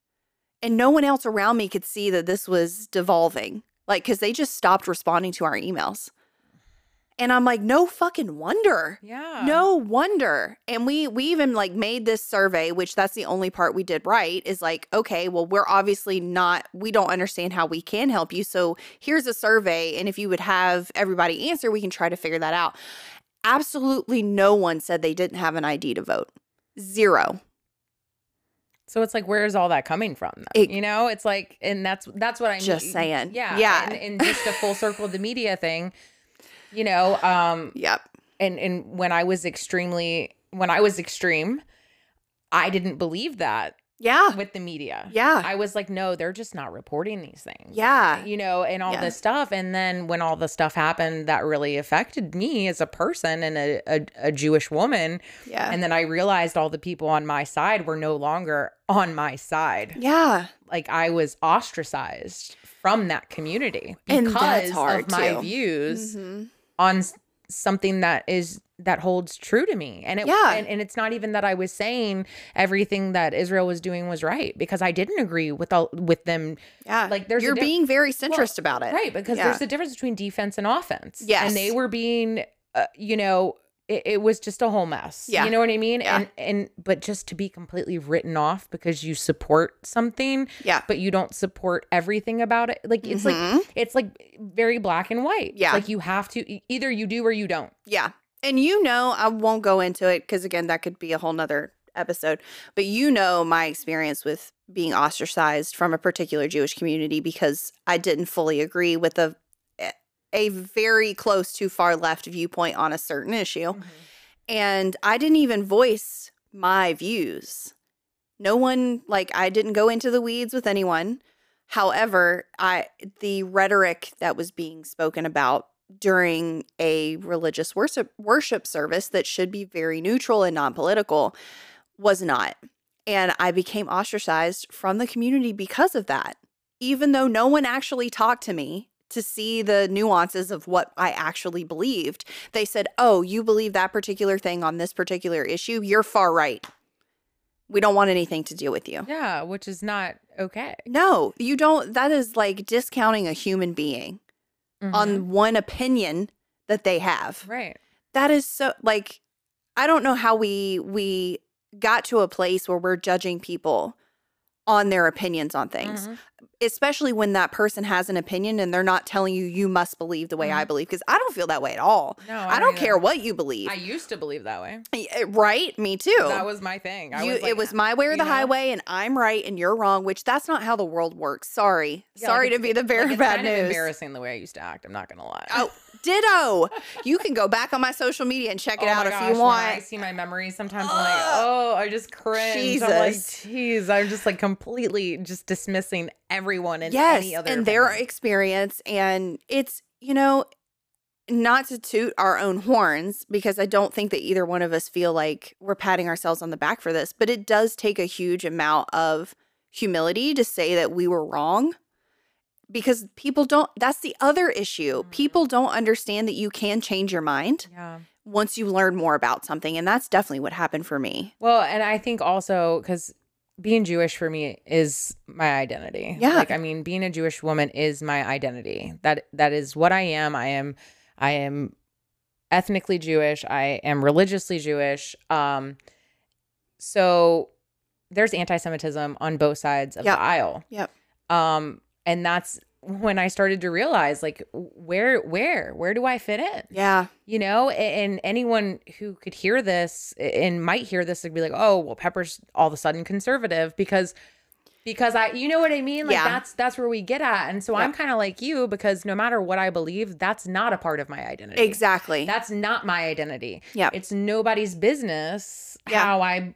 Speaker 1: And no one else around me could see that this was devolving. Like cuz they just stopped responding to our emails. And I'm like no fucking wonder.
Speaker 2: Yeah.
Speaker 1: No wonder. And we we even like made this survey, which that's the only part we did right is like, okay, well, we're obviously not we don't understand how we can help you. So here's a survey and if you would have everybody answer, we can try to figure that out. Absolutely no one said they didn't have an ID to vote. Zero.
Speaker 2: So it's like, where is all that coming from? Then?
Speaker 1: It-
Speaker 2: you know, it's like, and that's that's what I'm
Speaker 1: Just saying.
Speaker 2: Yeah,
Speaker 1: Yeah.
Speaker 2: and, and just a full circle of the media thing. You know, um,
Speaker 1: Yep.
Speaker 2: and and when I was extremely, when I was extreme, I didn't believe that
Speaker 1: Yeah.
Speaker 2: with the media.
Speaker 1: Yeah.
Speaker 2: I was like, no, they're just not reporting these things.
Speaker 1: Yeah.
Speaker 2: you know, and all
Speaker 1: Yeah.
Speaker 2: this stuff. And then when all the stuff happened, that really affected me as a person and a, a, a Jewish woman.
Speaker 1: Yeah.
Speaker 2: And then I realized all the people on my side were no longer on my side.
Speaker 1: yeah.
Speaker 2: Like I was ostracized from that community
Speaker 1: (gasps) And
Speaker 2: because
Speaker 1: that's hard,
Speaker 2: of my
Speaker 1: too.
Speaker 2: views
Speaker 1: Mhm.
Speaker 2: on s- something that is that holds true to me. And it
Speaker 1: Yeah.
Speaker 2: and, and it's not even that I was saying everything that Israel was doing was right because I didn't agree with all with them
Speaker 1: Yeah.
Speaker 2: Like, there's a
Speaker 1: You're
Speaker 2: diff-
Speaker 1: being very centrist about it.
Speaker 2: Right, because
Speaker 1: Uh, Yeah.
Speaker 2: there's a difference between defense and offense.
Speaker 1: Yes.
Speaker 2: And they were being, uh, you know, it, it was just a whole mess.
Speaker 1: Yeah.
Speaker 2: You know what I mean?
Speaker 1: Yeah.
Speaker 2: And and but just to be completely written off because you support something,
Speaker 1: Yeah.
Speaker 2: but you don't support everything about it. Like it's
Speaker 1: Mhm.
Speaker 2: like it's like very black and white. It's
Speaker 1: Yeah.
Speaker 2: like you have to e- either you do or you don't.
Speaker 1: Yeah. And you know, I won't go into it because, again, that could be a whole nother episode. But you know, my experience with being ostracized from a particular Jewish community because I didn't fully agree with a, a very close to far left viewpoint on a certain issue. And I didn't even voice my views. No one, like, I didn't go into the weeds with anyone. However, I the rhetoric that was being spoken about during a religious worship worship service that should be very neutral and non-political was not. And I became ostracized from the community because of that. Even though no one actually talked to me to see the nuances of what I actually believed. They said, "Oh, you believe that particular thing on this particular issue. You're far right. We don't want anything to do with you."
Speaker 2: Yeah, which is not okay.
Speaker 1: No, you don't. That is like discounting a human being
Speaker 2: Mhm.
Speaker 1: on one opinion that they have.
Speaker 2: Mm-hmm. right.
Speaker 1: That is so like I don't know how we we got to a place where we're judging people on their opinions on things,
Speaker 2: Mhm.
Speaker 1: especially when that person has an opinion and they're not telling you you must believe the way I
Speaker 2: Mhm.
Speaker 1: believe because I don't feel that way at all.
Speaker 2: No,
Speaker 1: I, don't
Speaker 2: either.
Speaker 1: care what you believe.
Speaker 2: I used to believe that way.
Speaker 1: Eh, right? Me too.
Speaker 2: That was my thing. I
Speaker 1: you,
Speaker 2: was like,
Speaker 1: it was my way or
Speaker 2: you
Speaker 1: the
Speaker 2: know?
Speaker 1: highway, and I'm right and you're wrong. Which that's not how the world works. Sorry,
Speaker 2: Yeah, like,
Speaker 1: sorry to
Speaker 2: it's-
Speaker 1: be the bearer of
Speaker 2: like, it's
Speaker 1: bad
Speaker 2: kind Of
Speaker 1: news.
Speaker 2: embarrassing the way I used to act. I'm not gonna lie.
Speaker 1: Oh, ditto. You can go back on my social media and check it
Speaker 2: Oh
Speaker 1: out
Speaker 2: my
Speaker 1: if
Speaker 2: gosh,
Speaker 1: you
Speaker 2: when I
Speaker 1: want.
Speaker 2: see my memories sometimes. I'm like, oh, I just cringe. I'm like,
Speaker 1: Jesus.
Speaker 2: jeez, I'm just like completely just dismissing everyone and
Speaker 1: yes,
Speaker 2: any other
Speaker 1: and their
Speaker 2: opinion.
Speaker 1: experience, and it's you know, not to toot our own horns because I don't think that either one of us feel like we're patting ourselves on the back for this, but it does take a huge amount of humility to say that we were wrong. Because people don't, that's the other issue.
Speaker 2: Mhm.
Speaker 1: People don't understand that you can change your mind
Speaker 2: yeah.
Speaker 1: once you learn more about something. And that's definitely what happened for me.
Speaker 2: Well, and I think also because being Jewish for me is my identity.
Speaker 1: Yeah.
Speaker 2: Like I mean, being a Jewish woman is my identity. That that is what I am. I am I am ethnically Jewish. I am religiously Jewish. Um so there's anti-Semitism on both sides of
Speaker 1: Yep.
Speaker 2: the aisle.
Speaker 1: Yep.
Speaker 2: Um, and that's when I started to realize like where where where do I fit in?
Speaker 1: Yeah.
Speaker 2: you know A- and anyone who could hear this and might hear this would be like oh well pepper's all of a sudden conservative because because i you know what i mean like
Speaker 1: Yeah.
Speaker 2: that's that's where we get at and so i'm
Speaker 1: Yep.
Speaker 2: kind of like you because no matter what i believe that's not a part of my identity
Speaker 1: Exactly.
Speaker 2: that's not my identity
Speaker 1: Yep.
Speaker 2: it's nobody's business
Speaker 1: Yeah.
Speaker 2: how i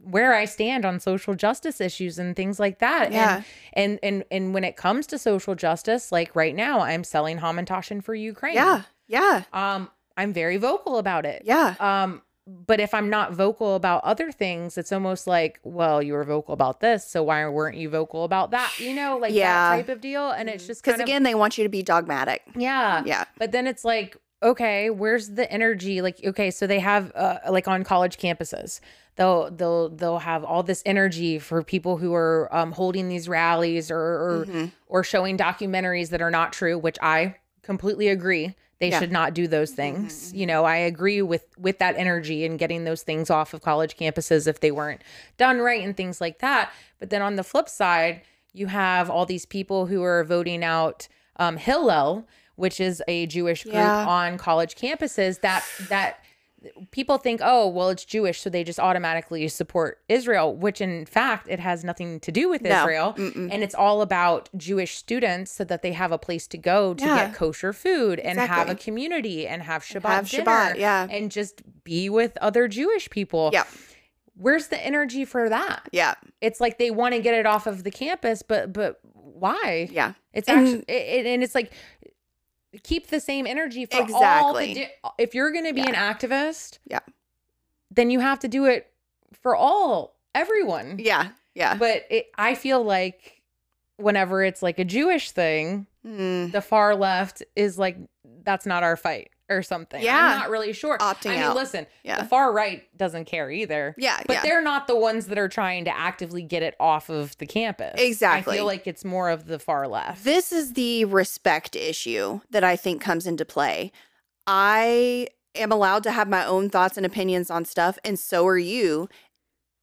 Speaker 2: where i stand on social justice issues and things like that And-
Speaker 1: yeah.
Speaker 2: and and and when it comes to social justice like right now i'm selling hamantashen for ukraine
Speaker 1: yeah. Yeah.
Speaker 2: um, I'm very vocal about it.
Speaker 1: Yeah.
Speaker 2: Um, but if I'm not vocal about other things, it's almost like, well, you were vocal about this, so why weren't you vocal about that? You know, like
Speaker 1: Yeah.
Speaker 2: that type of Uh, deal. And it's just
Speaker 1: Because
Speaker 2: kind
Speaker 1: Mm-hmm. again, they want you to be dogmatic.
Speaker 2: of yeah.
Speaker 1: Yeah.
Speaker 2: But then it's like, okay, where's the energy? Like, okay, so they have uh, like on college campuses, they'll they'll they'll have all this energy for people who are um, holding these rallies or or
Speaker 1: Mhm.
Speaker 2: or showing documentaries that are not true which i completely agree they
Speaker 1: Yeah. Mm-hmm,
Speaker 2: should not do those things you know i agree with with that energy and getting those things off of college campuses if they weren't done right and things like that but then on the flip side you have all these people who are voting out um, hillel which is a jewish group
Speaker 1: Yeah.
Speaker 2: on college campuses that that people think oh well it's jewish so they just automatically support israel which in fact it has nothing to do with
Speaker 1: No.
Speaker 2: israel
Speaker 1: Mm-mm.
Speaker 2: and it's all about Jewish students so that they have a place to go to
Speaker 1: Yeah.
Speaker 2: get kosher food and have a
Speaker 1: Exactly.
Speaker 2: community and have Shabbat
Speaker 1: Have
Speaker 2: dinner
Speaker 1: Shabbat. Yeah.
Speaker 2: and just be with other Jewish people.
Speaker 1: Yeah.
Speaker 2: Where's the energy for that?
Speaker 1: Yeah.
Speaker 2: It's like they want to get it off of the campus, but but why?
Speaker 1: Yeah.
Speaker 2: It's
Speaker 1: And-
Speaker 2: actually it, and it's like keep the same energy for all the
Speaker 1: Exactly.
Speaker 2: di- if you're going to be an activist,
Speaker 1: Yeah.
Speaker 2: then you have to do it for all everyone
Speaker 1: Yeah. Yeah.
Speaker 2: but it, I feel like whenever it's like a Jewish thing,
Speaker 1: Mm.
Speaker 2: the far left is like, that's not our fight or something.
Speaker 1: Yeah.
Speaker 2: I'm not really sure.
Speaker 1: Opting
Speaker 2: I mean,
Speaker 1: out.
Speaker 2: listen,
Speaker 1: Yeah.
Speaker 2: the far right doesn't care either.
Speaker 1: Yeah.
Speaker 2: But
Speaker 1: yeah.
Speaker 2: they're not the ones that are trying to actively get it off of the campus. I
Speaker 1: Exactly.
Speaker 2: feel like it's more of the far left.
Speaker 1: This is the respect issue that I think comes into play. I am allowed to have my own thoughts and opinions on stuff, and so are you.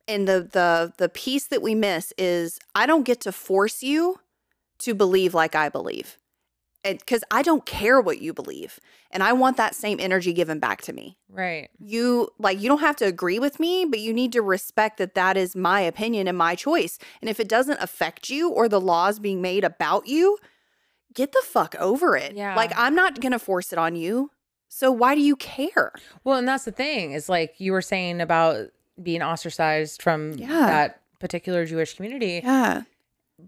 Speaker 1: And the the the piece that we miss is I don't get to force you to believe like I believe. Because I don't care what you believe. And I want that same energy given back to me.
Speaker 2: right.
Speaker 1: you like you don't have to agree with me but you need to respect that that is my opinion and my choice and if it doesn't affect you or the laws being made about you get the fuck over it
Speaker 2: Yeah.
Speaker 1: like i'm not gonna force it on you so why do you care
Speaker 2: Well, and that's the thing is like you were saying about being ostracized from
Speaker 1: Yeah.
Speaker 2: that particular Jewish community,
Speaker 1: yeah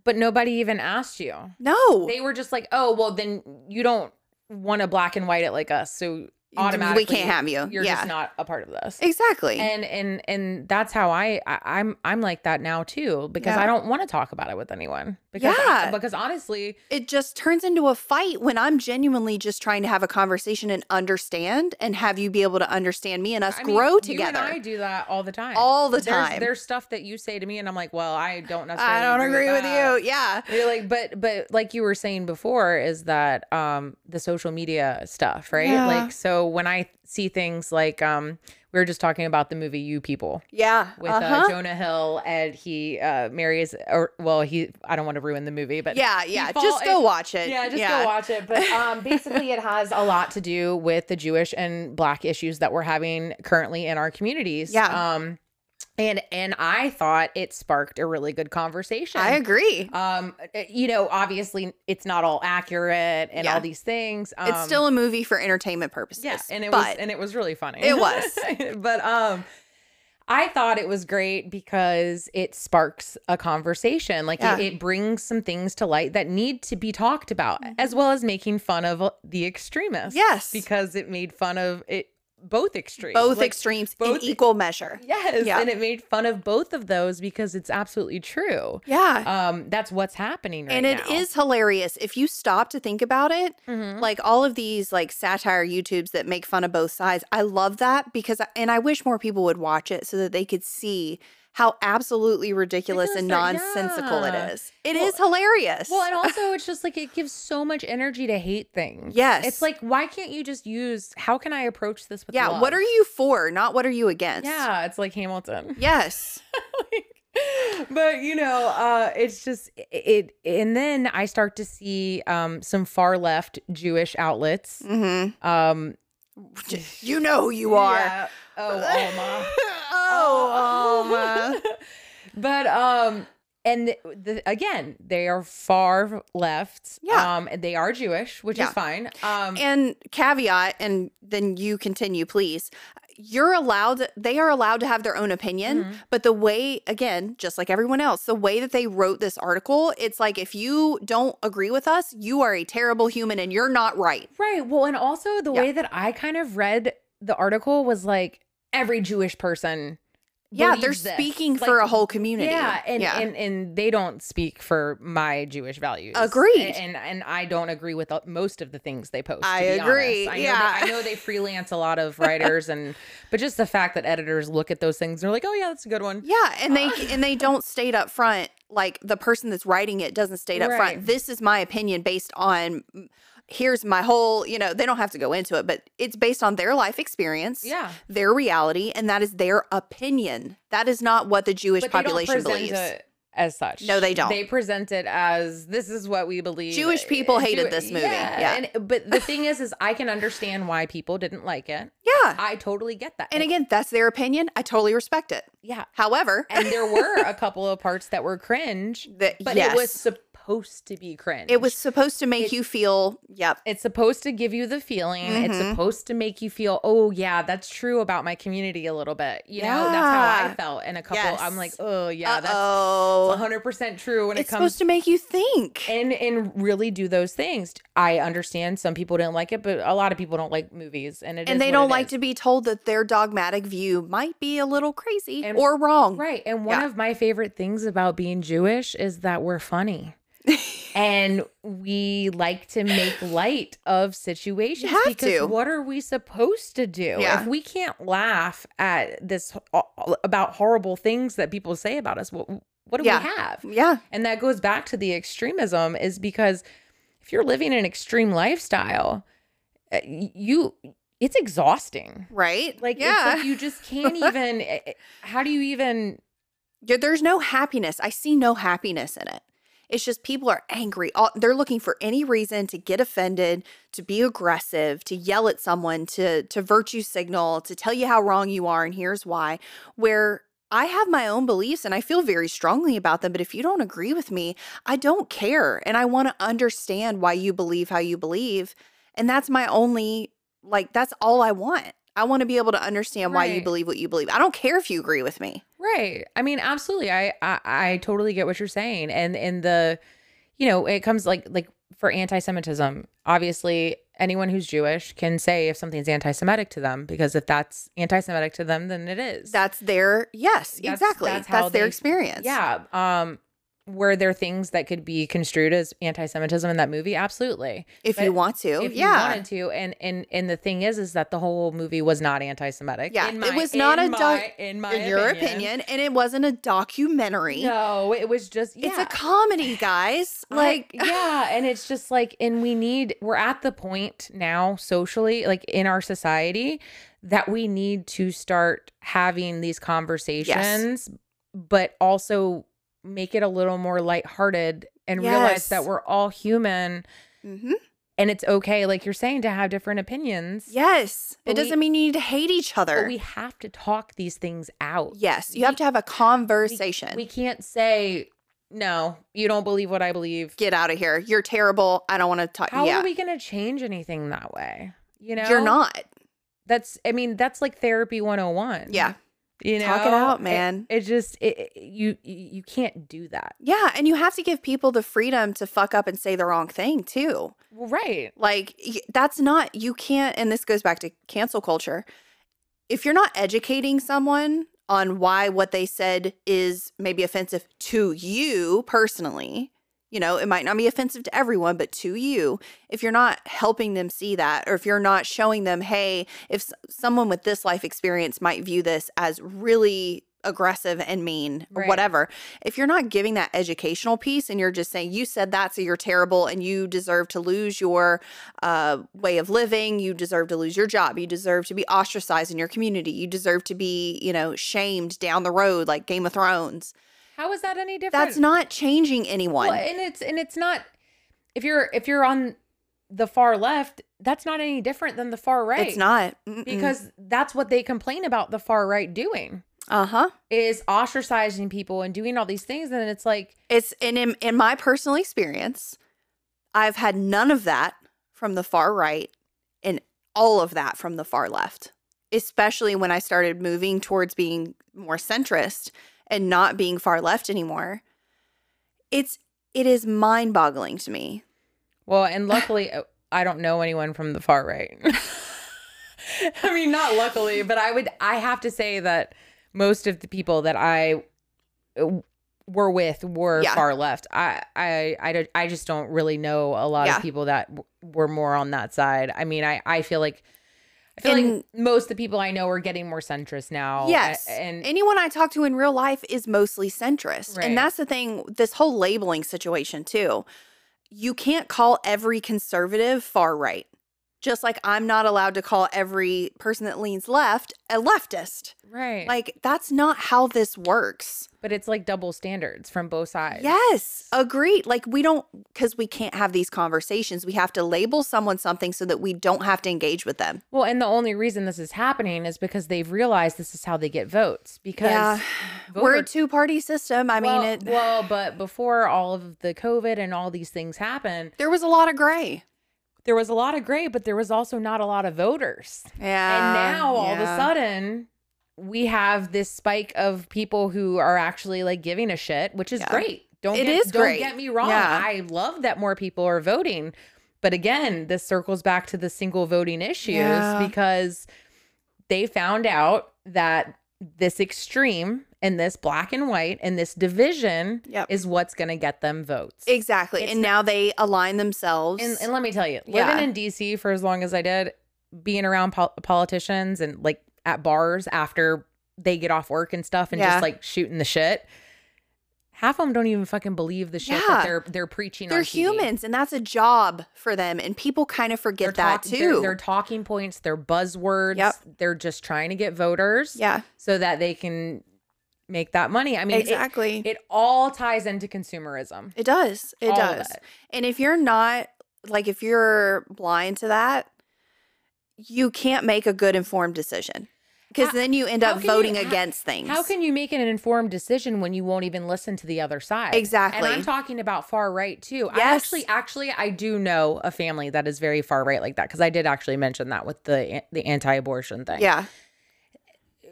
Speaker 2: but nobody even asked you.
Speaker 1: no
Speaker 2: they were just like, oh, well, then you don't want to black and white it like us. So
Speaker 1: we
Speaker 2: automatically
Speaker 1: can't have you.
Speaker 2: You're
Speaker 1: Oh, yeah.
Speaker 2: just not a part of this.
Speaker 1: exactly.
Speaker 2: And and and that's how I, I I'm I'm like that now too because
Speaker 1: Yeah.
Speaker 2: I don't want to talk about it with anyone because I-
Speaker 1: Yeah.
Speaker 2: because honestly
Speaker 1: it just turns into a fight when I'm genuinely just trying to have a conversation and understand and have you be able to understand me and us
Speaker 2: I mean,
Speaker 1: grow
Speaker 2: You and
Speaker 1: together.
Speaker 2: I do that all the time.
Speaker 1: All the
Speaker 2: There's-
Speaker 1: time.
Speaker 2: There's, stuff that you say to me and I'm like, well, I don't necessarily.
Speaker 1: I don't agree with,
Speaker 2: that.
Speaker 1: you. Yeah.
Speaker 2: You're like, but but like you were saying before, is that um the social media stuff, right?
Speaker 1: Yeah.
Speaker 2: Like so when I see things like um we were just talking about the movie You People
Speaker 1: Yeah.
Speaker 2: with uh
Speaker 1: uh-huh.
Speaker 2: Jonah Hill and he uh marries or well he I don't want to ruin the movie, but
Speaker 1: yeah, yeah.
Speaker 2: fall
Speaker 1: Just go
Speaker 2: in-
Speaker 1: watch it.
Speaker 2: yeah, just go watch it. But
Speaker 1: (laughs)
Speaker 2: um, basically, it has a lot to do with the Jewish and Black issues that we're having currently in our communities.
Speaker 1: Yeah.
Speaker 2: Um, and and I thought it sparked a really good conversation.
Speaker 1: I agree.
Speaker 2: Um, you know, obviously, it's not all accurate and
Speaker 1: Yeah.
Speaker 2: all these things. Um,
Speaker 1: it's still a movie for entertainment purposes.
Speaker 2: yeah, and it was
Speaker 1: but
Speaker 2: and it was really funny. (laughs)
Speaker 1: It was.
Speaker 2: but um I thought it was great because it sparks a conversation. Like
Speaker 1: Yeah.
Speaker 2: it, it brings some things to light that need to be talked about, as well as making fun of the extremists.
Speaker 1: Mm-hmm. Yes.
Speaker 2: Because it made fun of it both extremes.
Speaker 1: both
Speaker 2: Like,
Speaker 1: extremes
Speaker 2: both-
Speaker 1: in equal measure.
Speaker 2: Yes.
Speaker 1: Yeah.
Speaker 2: And it made fun of both of those because it's absolutely true.
Speaker 1: Yeah.
Speaker 2: Um, that's what's happening right
Speaker 1: and it is hilarious if you stop to think about it.
Speaker 2: hmm
Speaker 1: Like all of these like satire YouTubes that make fun of both sides. I love that because and I wish more people would watch it so that they could see how absolutely ridiculous and
Speaker 2: Ridiculous that-
Speaker 1: nonsensical
Speaker 2: yeah.
Speaker 1: it is. It is
Speaker 2: Well-
Speaker 1: hilarious.
Speaker 2: Well, and also it's just like it gives so much energy to hate things.
Speaker 1: Yes.
Speaker 2: It's like, why can't you just use how can I approach this with
Speaker 1: yeah,
Speaker 2: love?
Speaker 1: what are you for? Not what are you against?
Speaker 2: Yeah, it's like Hamilton.
Speaker 1: Yes.
Speaker 2: (laughs) but you know, uh it's just it and then I start to see um some far left Jewish outlets.
Speaker 1: hmm
Speaker 2: Um
Speaker 1: You know who you are.
Speaker 2: yeah.
Speaker 1: (laughs)
Speaker 2: (laughs) Oh, Alma. (laughs)
Speaker 1: oh, Alma.
Speaker 2: but um and th- the, again, they are far left.
Speaker 1: Yeah.
Speaker 2: Um, and they are Jewish, which
Speaker 1: Yeah.
Speaker 2: is fine. Um,
Speaker 1: and caveat and then you continue please you're allowed they are allowed to have their own opinion
Speaker 2: Mhm.
Speaker 1: but the way again just like everyone else the way that they wrote this article it's like if you don't agree with us you are a terrible human and you're not right
Speaker 2: Right. Well, and also the
Speaker 1: Yeah.
Speaker 2: way that I kind of read the article was like every Jewish person.
Speaker 1: yeah they're
Speaker 2: believes this.
Speaker 1: speaking
Speaker 2: Like,
Speaker 1: for a whole community
Speaker 2: Yeah, and, and and they don't speak for my Jewish values.
Speaker 1: Agreed.
Speaker 2: A- And and, I don't agree with uh, most of the things they post. to
Speaker 1: I
Speaker 2: be honest.
Speaker 1: agree,
Speaker 2: I know
Speaker 1: yeah.
Speaker 2: They, I know they freelance a lot
Speaker 1: (laughs)
Speaker 2: of writers, and but just the fact that editors look at those things and are like, oh yeah, that's a good one.
Speaker 1: yeah and
Speaker 2: (laughs)
Speaker 1: they and they don't state up front like the person that's writing it doesn't state up
Speaker 2: Right.
Speaker 1: front this is my opinion based on mm, here's my whole you know they don't have to go into it but it's based on their life experience
Speaker 2: Yeah.
Speaker 1: their reality and that is their opinion. That is not what the Jewish
Speaker 2: But they don't
Speaker 1: population
Speaker 2: present
Speaker 1: believes.
Speaker 2: it As such,
Speaker 1: No, they don't.
Speaker 2: They present it as this is what we believe.
Speaker 1: Jewish people
Speaker 2: Uh,
Speaker 1: hated this movie. Yeah.
Speaker 2: And, but the thing is, is I can understand why people didn't like it.
Speaker 1: Yeah.
Speaker 2: I totally get that.
Speaker 1: And again, that's their opinion. I totally respect it.
Speaker 2: yeah.
Speaker 1: However,
Speaker 2: And there were a couple of parts that were cringe,
Speaker 1: that
Speaker 2: but
Speaker 1: yes,
Speaker 2: it was supposed to be cringe.
Speaker 1: it was supposed to make
Speaker 2: it-
Speaker 1: you feel, yep,
Speaker 2: It's supposed to give you the feeling. It's
Speaker 1: Mhm.
Speaker 2: supposed to make you feel, oh yeah, that's true about my community a little bit. You know, that's how I
Speaker 1: Yeah.
Speaker 2: felt. And a couple,
Speaker 1: Yes.
Speaker 2: I'm like, oh yeah, (laughs) that's
Speaker 1: oh,
Speaker 2: 100 percent true when
Speaker 1: it's
Speaker 2: it comes
Speaker 1: supposed to make you think.
Speaker 2: and and really do those things. I understand some people didn't like it, but a lot of people don't like movies, and it
Speaker 1: and
Speaker 2: is
Speaker 1: they
Speaker 2: what
Speaker 1: don't
Speaker 2: it
Speaker 1: like
Speaker 2: is.
Speaker 1: to be told that their dogmatic view might be a little crazy
Speaker 2: And-
Speaker 1: or wrong.
Speaker 2: Right. And one
Speaker 1: Yeah.
Speaker 2: of my favorite things about being Jewish is that we're
Speaker 1: (laughs)
Speaker 2: funny. and we like to make light of situations
Speaker 1: have
Speaker 2: because
Speaker 1: to.
Speaker 2: what are we supposed to do?
Speaker 1: Yeah.
Speaker 2: If we can't laugh at this uh, about horrible things that people say about us, what what do
Speaker 1: Yeah.
Speaker 2: we have?
Speaker 1: Yeah.
Speaker 2: And that goes back to the extremism is because if you're living an extreme lifestyle, uh, you it's exhausting.
Speaker 1: Right.
Speaker 2: Like
Speaker 1: yeah.
Speaker 2: it's like you just can't even. eh, eh, how do you even?
Speaker 1: Yeah, there's no happiness. I see no happiness in it. It's just people are angry. All, they're looking for any reason to get offended, to be aggressive, to yell at someone, to to virtue signal, to tell you how wrong you are and here's why. Where I have my own beliefs and I feel very strongly about them, but if you don't agree with me, I don't care and I want to understand why you believe how you believe. And that's my only like that's all I want. I want to be able to understand why you
Speaker 2: Right.
Speaker 1: believe what you believe. I don't care if you agree with me.
Speaker 2: Right. I mean, absolutely. I, I I totally get what you're saying, and and the, you know, it comes like like for anti-Semitism. Obviously, anyone who's Jewish can say if something's anti-Semitic to them because if that's anti-Semitic to them, then it is.
Speaker 1: That's their yes,
Speaker 2: That's-
Speaker 1: exactly.
Speaker 2: that's
Speaker 1: That's,
Speaker 2: how
Speaker 1: their
Speaker 2: they-
Speaker 1: experience.
Speaker 2: yeah. Um, were there things that could be construed as anti-Semitism in that movie? Absolutely.
Speaker 1: if you
Speaker 2: But
Speaker 1: want to,
Speaker 2: if you
Speaker 1: Oh, yeah,
Speaker 2: wanted to. And and and the thing is, is that the whole movie was not anti-Semitic.
Speaker 1: Yeah,
Speaker 2: in
Speaker 1: it
Speaker 2: my-
Speaker 1: was not
Speaker 2: in
Speaker 1: a doc-
Speaker 2: my- in my
Speaker 1: in your opinion, and it wasn't a documentary.
Speaker 2: No, it was just yeah.
Speaker 1: It's a comedy, guys.
Speaker 2: (laughs) I-
Speaker 1: Like, (laughs)
Speaker 2: yeah and it's just like and we need we're at the point now socially like in our society that we need to start having these conversations but also make it a little more lighthearted and realize that
Speaker 1: Yes.
Speaker 2: we're all human
Speaker 1: Mhm.
Speaker 2: and it's okay like you're saying to have different opinions
Speaker 1: yes,
Speaker 2: But
Speaker 1: it
Speaker 2: we-
Speaker 1: doesn't mean you need to hate each
Speaker 2: but
Speaker 1: other.
Speaker 2: we have to talk these things out
Speaker 1: yes, you have
Speaker 2: we-
Speaker 1: to have a conversation.
Speaker 2: we can't say no you don't believe what i believe
Speaker 1: Get out of here. You're terrible. I don't want to talk.
Speaker 2: how
Speaker 1: yeah,
Speaker 2: are we going to change anything that way you know
Speaker 1: you're not.
Speaker 2: that's i mean that's like therapy 101
Speaker 1: Yeah,
Speaker 2: you know
Speaker 1: Talk it out, man.
Speaker 2: it, it just it, it- you you can't do that
Speaker 1: yeah, and you have to give people the freedom to fuck up and say the wrong thing too.
Speaker 2: well, right
Speaker 1: Like y- that's not you can't and this goes back to cancel culture. If you're not educating someone on why what they said is maybe offensive to you personally, you know, it might not be offensive to everyone, but to you, if you're not helping them see that or if you're not showing them, hey, if s- someone with this life experience might view this as really aggressive and mean or
Speaker 2: Right.
Speaker 1: whatever, if you're not giving that educational piece and you're just saying you said that so you're terrible and you deserve to lose your uh, way of living you deserve to lose your job you deserve to be ostracized in your community you deserve to be you know shamed down the road like game of thrones
Speaker 2: how is that any different
Speaker 1: that's not changing anyone
Speaker 2: well, and it's and it's not if you're if you're on the far left that's not any different than the far right
Speaker 1: it's not Mm-mm.
Speaker 2: because that's what they complain about the far right doing
Speaker 1: uh-huh
Speaker 2: is ostracizing people and doing all these things and it's like
Speaker 1: it's and in, in my personal experience i've had none of that from the far right and all of that from the far left especially when i started moving towards being more centrist and not being far left anymore it's it is mind-boggling to me
Speaker 2: Well, and luckily, uh, I don't know anyone from the far right. (laughs) I mean, not luckily, but I would, I have to say that most of the people that I uh, were with were
Speaker 1: Yeah.
Speaker 2: far left. I, I, I, don't- I just don't really know a lot
Speaker 1: Yeah.
Speaker 2: of people that w- were more on that side. I mean, I, I feel like, I feel
Speaker 1: And-
Speaker 2: like most of the people I know are getting more centrist now. a-
Speaker 1: yes
Speaker 2: And,
Speaker 1: anyone i talk to in real life is mostly centrist
Speaker 2: Right.
Speaker 1: and that's the thing this whole labeling situation too you can't call every conservative far right just like i'm not allowed to call every person that leans left a leftist
Speaker 2: right. Like,
Speaker 1: like that's not how this works
Speaker 2: but it's like double standards from both sides.
Speaker 1: yes agreed like we don't because we can't have these conversations we have to label someone something so that we don't have to engage with them
Speaker 2: Well, and the only reason this is happening is because they've realized this is how they get votes. Because
Speaker 1: yeah we're a
Speaker 2: voter-
Speaker 1: two-party system i
Speaker 2: well,
Speaker 1: mean it
Speaker 2: well, but before all of the COVID and all these things happened,
Speaker 1: there was a lot of gray
Speaker 2: there was a lot of gray, but there was also not a lot of voters.
Speaker 1: Yeah.
Speaker 2: and now all of a
Speaker 1: Uh, yeah.
Speaker 2: sudden, we have this spike of people who are actually like giving a shit, which is
Speaker 1: Yeah.
Speaker 2: great. Don't
Speaker 1: It
Speaker 2: get,
Speaker 1: is
Speaker 2: don't
Speaker 1: great.
Speaker 2: get me wrong.
Speaker 1: Yeah.
Speaker 2: I love that more people are voting. But again, this circles back to the single voting issues
Speaker 1: Yeah.
Speaker 2: because they found out that this extreme and this black and white and this division
Speaker 1: Yep.
Speaker 2: is what's going to get them votes.
Speaker 1: Exactly.
Speaker 2: It's
Speaker 1: and
Speaker 2: not-
Speaker 1: now they align themselves.
Speaker 2: And, and let me tell you,
Speaker 1: Yeah.
Speaker 2: living in DC for as long as I did, being around pol- politicians and like at bars after they get off work and stuff, and
Speaker 1: Yeah.
Speaker 2: just like shooting the shit. Half of them don't even fucking believe the shit
Speaker 1: Yeah.
Speaker 2: that they're they're preaching.
Speaker 1: they're
Speaker 2: on TV.
Speaker 1: humans and that's a job for them. And people kind of
Speaker 2: They're
Speaker 1: forget that
Speaker 2: talk-
Speaker 1: too.
Speaker 2: They're, they're talking points. They're buzzwords.
Speaker 1: Yep.
Speaker 2: They're just trying to get voters
Speaker 1: yeah.
Speaker 2: so that they can make that money. I mean, it-
Speaker 1: exactly.
Speaker 2: It,
Speaker 1: It,
Speaker 2: all ties into consumerism.
Speaker 1: does. It
Speaker 2: All of
Speaker 1: does. And if you're not like if you're blind to that, you can't make a good informed decision. Because
Speaker 2: How-
Speaker 1: then you end
Speaker 2: how
Speaker 1: up
Speaker 2: can you-
Speaker 1: voting
Speaker 2: how-
Speaker 1: against things.
Speaker 2: How can you make an informed decision when you won't even listen to the other side?
Speaker 1: Exactly.
Speaker 2: And I'm talking about far right too. I
Speaker 1: Yes.
Speaker 2: actually actually I do know a family that is very far right like that cuz I did actually mention that with the the anti-abortion thing.
Speaker 1: Yeah.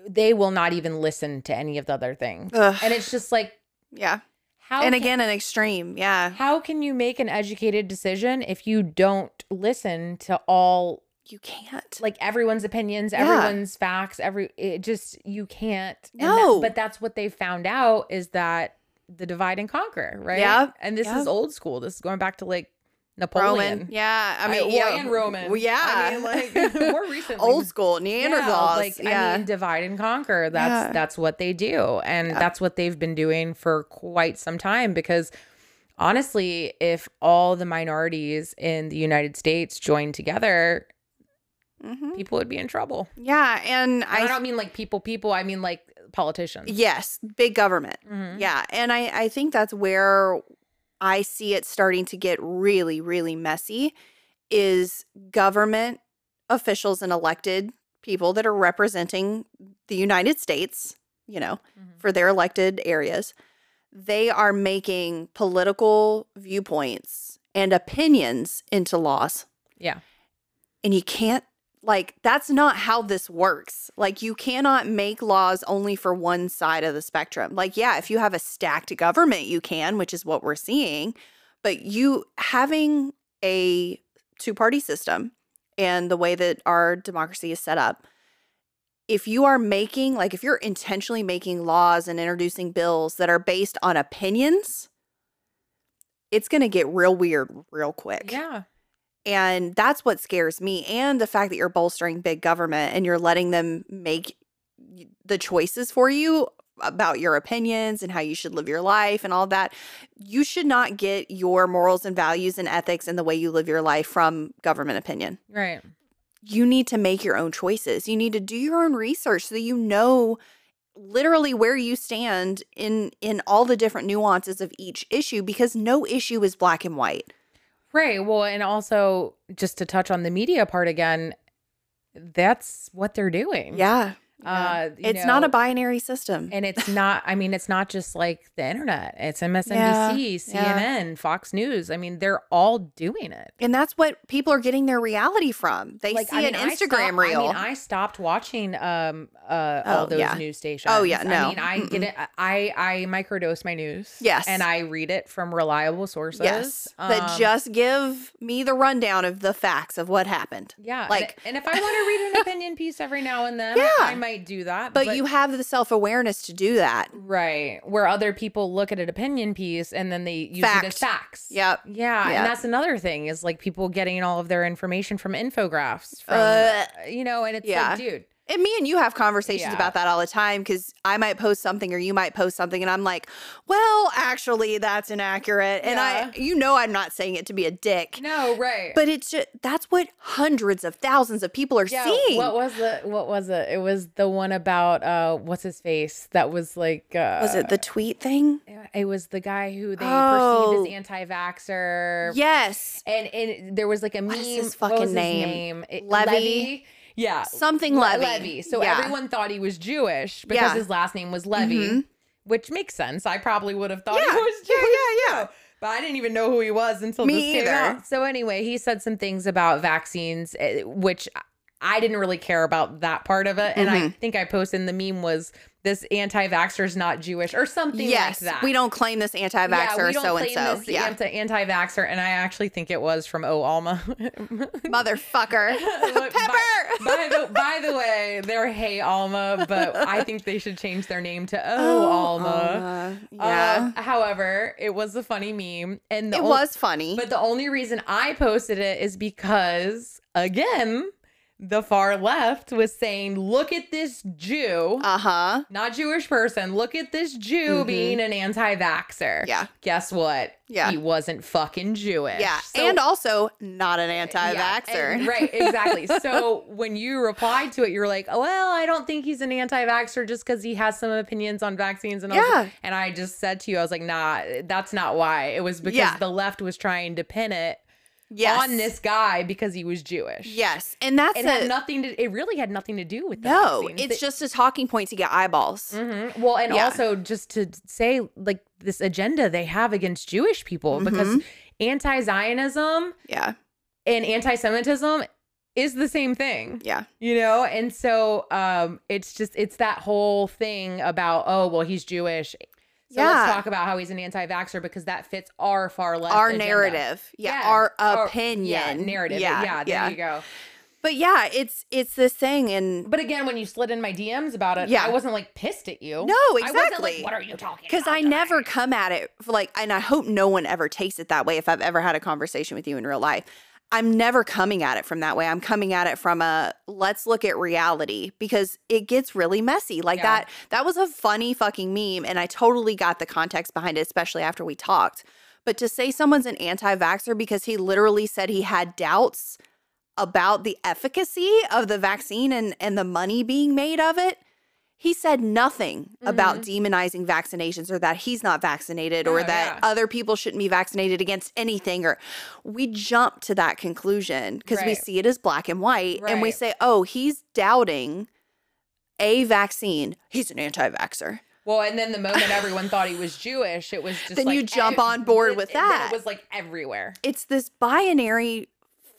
Speaker 2: They will not even listen to any of the other things.
Speaker 1: Ugh.
Speaker 2: And it's just like
Speaker 1: Yeah.
Speaker 2: How
Speaker 1: and
Speaker 2: can-
Speaker 1: again, an extreme. Yeah.
Speaker 2: how can you make an educated decision if you don't listen to all
Speaker 1: You can't.
Speaker 2: like everyone's opinions,
Speaker 1: Yeah.
Speaker 2: everyone's facts, every it just you can't. And that-
Speaker 1: No.
Speaker 2: but that's what they found out is that the divide and conquer, right?
Speaker 1: Yeah,
Speaker 2: And this
Speaker 1: yeah.
Speaker 2: is old school. This is going back to like Napoleon.
Speaker 1: Roman. Yeah. I mean,
Speaker 2: well,
Speaker 1: yeah.
Speaker 2: and Roman.
Speaker 1: Well, yeah.
Speaker 2: I
Speaker 1: (laughs)
Speaker 2: mean, like (laughs) more recently,
Speaker 1: Old school
Speaker 2: Yeah,
Speaker 1: Neanderthals.
Speaker 2: like I
Speaker 1: yeah.
Speaker 2: mean, divide and conquer. That's
Speaker 1: Yeah.
Speaker 2: that's what they do, and
Speaker 1: Yeah.
Speaker 2: that's what they've been doing for quite some time. Because honestly, if all the minorities in the United States joined together,
Speaker 1: Mhm.
Speaker 2: people would be in trouble.
Speaker 1: Yeah. And
Speaker 2: And I,
Speaker 1: I,
Speaker 2: don't mean like people, people. I mean like politicians.
Speaker 1: yes, big government.
Speaker 2: Mhm.
Speaker 1: Yeah. And I, I think that's where I see it starting to get really, really messy is government officials and elected people that are representing the United States, you know,
Speaker 2: Mhm.
Speaker 1: for their elected areas, they are making political viewpoints and opinions into laws.
Speaker 2: Yeah.
Speaker 1: And you can't, like, that's not how this works. Like, you cannot make laws only for one side of the spectrum. Like, yeah, if you have a stacked government, you can, which is what we're seeing. But you having a two party system and the way that our democracy is set up, if you are making, like, if you're intentionally making laws and introducing bills that are based on opinions, it's going to get real weird real quick.
Speaker 2: Yeah.
Speaker 1: And that's what scares me. And the fact that you're bolstering big government and you're letting them make y- the choices for you about your opinions and how you should live your life and all that. You should not get your morals and values and ethics and the way you live your life from government opinion.
Speaker 2: Right.
Speaker 1: You need to make your own choices. You need to do your own research so that you know literally where you stand in in all the different nuances of each issue because no issue is black and white.
Speaker 2: Right. Well, and also just to touch on the media part again, that's what they're doing.
Speaker 1: Yeah.
Speaker 2: Uh, you
Speaker 1: it's not
Speaker 2: know,
Speaker 1: a binary system.
Speaker 2: And it's not, I mean, it's not just like the internet, it's
Speaker 1: Yeah,
Speaker 2: MSNBC,
Speaker 1: yeah.
Speaker 2: CNN, Fox News. I mean, they're all doing it.
Speaker 1: and that's what people are getting their reality from. They see
Speaker 2: I
Speaker 1: an
Speaker 2: mean, I
Speaker 1: Instagram
Speaker 2: stopped-
Speaker 1: reel.
Speaker 2: I mean, I stopped watching um uh
Speaker 1: Oh,
Speaker 2: all those
Speaker 1: yeah.
Speaker 2: news stations.
Speaker 1: Oh, yeah,
Speaker 2: I
Speaker 1: no.
Speaker 2: mean, I get it. I I microdose my news.
Speaker 1: Yes.
Speaker 2: and I read it from reliable sources.
Speaker 1: yes. that
Speaker 2: Um,
Speaker 1: just give me the rundown of the facts of what happened.
Speaker 2: yeah. and-
Speaker 1: like-
Speaker 2: and, if I want
Speaker 1: (laughs)
Speaker 2: to read an opinion piece every now and then,
Speaker 1: Yeah.
Speaker 2: I might do that.
Speaker 1: But, you have the self awareness to do that.
Speaker 2: right where other people look at an opinion piece and then they use it as
Speaker 1: Fact.
Speaker 2: facts.
Speaker 1: Yep.
Speaker 2: Yeah,
Speaker 1: Yeah.
Speaker 2: and that's another thing is like people getting all of their information from infographics, from
Speaker 1: Uh,
Speaker 2: you know, and it's
Speaker 1: yeah.
Speaker 2: like, dude,
Speaker 1: And me and you have conversations
Speaker 2: Yeah.
Speaker 1: about that all the time because I might post something or you might post something, and I'm like, well, actually, that's inaccurate. And I, you know, I'm not saying it to be a dick.
Speaker 2: no, right?
Speaker 1: But it's just, that's what hundreds of thousands of people are
Speaker 2: yeah,
Speaker 1: seeing.
Speaker 2: what was the what was it? It was the one about uh, what's his face that was like uh,
Speaker 1: was it the tweet thing?
Speaker 2: It was the guy who they
Speaker 1: Oh.
Speaker 2: perceived as anti-vaxer.
Speaker 1: Yes.
Speaker 2: and and there was like a meme.
Speaker 1: is his
Speaker 2: what was
Speaker 1: fucking
Speaker 2: his
Speaker 1: name?
Speaker 2: It-
Speaker 1: Levy?
Speaker 2: Yeah,
Speaker 1: Something
Speaker 2: Le-
Speaker 1: Levy.
Speaker 2: So
Speaker 1: Yeah.
Speaker 2: everyone thought he was Jewish because
Speaker 1: Yeah.
Speaker 2: his last name was Levy,
Speaker 1: Mhm.
Speaker 2: which makes sense. I probably would have thought
Speaker 1: Yeah.
Speaker 2: he was
Speaker 1: Yeah,
Speaker 2: Jewish.
Speaker 1: yeah, yeah.
Speaker 2: too. But I didn't even know who he was until
Speaker 1: Me
Speaker 2: this came
Speaker 1: either.
Speaker 2: out. So anyway, he said some things about vaccines, eh, which I didn't really care about that part of it. And I
Speaker 1: Mm-hmm.
Speaker 2: think I posted in the meme was this anti-vaxxer's not Jewish or something
Speaker 1: Yes.
Speaker 2: like that.
Speaker 1: We don't claim this anti vaxxer so and so.
Speaker 2: this
Speaker 1: Yeah.
Speaker 2: anti- anti-vaxxer, and I actually think it was from Oh Alma. (laughs)
Speaker 1: Motherfucker.
Speaker 2: Look, By,
Speaker 1: (laughs) Pepper.
Speaker 2: by the, by the way, they're Hey Alma, but I think they should change their name to Oh, Alma. Uh,
Speaker 1: yeah.
Speaker 2: however, it was a funny meme, and the
Speaker 1: it
Speaker 2: on-
Speaker 1: was funny.
Speaker 2: But the only reason I posted it is because again, the far left was saying, "Look at this Jew."
Speaker 1: Uh huh.
Speaker 2: not Jewish person. Look at this Jew
Speaker 1: Mhm.
Speaker 2: being an anti-vaxxer.
Speaker 1: Yeah.
Speaker 2: Guess what?
Speaker 1: Yeah.
Speaker 2: He wasn't fucking Jewish.
Speaker 1: Yeah.
Speaker 2: So-
Speaker 1: and also, not an anti
Speaker 2: Yeah,
Speaker 1: vaxxer. (laughs)
Speaker 2: and- right, exactly. so when you replied to it, you were like, well, I don't think he's an anti vaxxer just because he has some opinions on vaccines. And, I was
Speaker 1: Yeah.
Speaker 2: like- and I just said to you, I was like, nah, that's not why. It was because
Speaker 1: Yeah.
Speaker 2: the left was trying to pin it
Speaker 1: Yes.
Speaker 2: on this guy because he was Jewish.
Speaker 1: Yes. And that's
Speaker 2: It
Speaker 1: a-
Speaker 2: had nothing to, it really had nothing to do with the
Speaker 1: no,
Speaker 2: vaccines.
Speaker 1: it's
Speaker 2: It-
Speaker 1: just a talking point to get eyeballs.
Speaker 2: Mhm. Well, and
Speaker 1: Yeah.
Speaker 2: also just to say, like, this agenda they have against Jewish people because
Speaker 1: Mm-hmm.
Speaker 2: anti Zionism
Speaker 1: Yeah.
Speaker 2: and anti Semitism is the same thing,
Speaker 1: Yeah.
Speaker 2: you know? And so um, it's just, it's that whole thing about, oh, well, he's Jewish. So let's talk about how he's an anti vaxxer because that fits our far left.
Speaker 1: our
Speaker 2: agenda.
Speaker 1: narrative. Yeah,
Speaker 2: Yeah,
Speaker 1: our
Speaker 2: Our-
Speaker 1: opinion.
Speaker 2: Yeah, narrative. Yeah, yeah, there you go.
Speaker 1: But yeah, it's it's this thing and
Speaker 2: But again, when you slid in my DMs about it,
Speaker 1: Yeah.
Speaker 2: I wasn't like pissed at you.
Speaker 1: no,
Speaker 2: I wasn't like,
Speaker 1: exactly.
Speaker 2: what are you talking
Speaker 1: Because
Speaker 2: about
Speaker 1: I
Speaker 2: tonight?"
Speaker 1: never come at it for like, and I hope no one ever takes it that way if I've ever had a conversation with you in real life. I'm never coming at it from that way. I'm coming at it from a let's look at reality because it gets really messy. Like
Speaker 2: Yeah.
Speaker 1: that, that was a funny fucking meme. And I totally got the context behind it, especially after we talked. But to say someone's an anti vaxxer because he literally said he had doubts about the efficacy of the vaccine and, and the money being made of it, he said nothing about demonizing vaccinations or that he's not vaccinated or
Speaker 2: No,
Speaker 1: that
Speaker 2: Mm-hmm. Oh, yeah.
Speaker 1: other people shouldn't be vaccinated against anything. Or we jump to that conclusion because we
Speaker 2: Right.
Speaker 1: see it as black and white and we
Speaker 2: Right.
Speaker 1: say, oh, he's doubting a vaccine. He's an anti vaxxer.
Speaker 2: Well, and then the moment everyone thought he was Jewish, it was just
Speaker 1: Then
Speaker 2: like,
Speaker 1: you jump on board with
Speaker 2: then
Speaker 1: that.
Speaker 2: It was like everywhere.
Speaker 1: it's this binary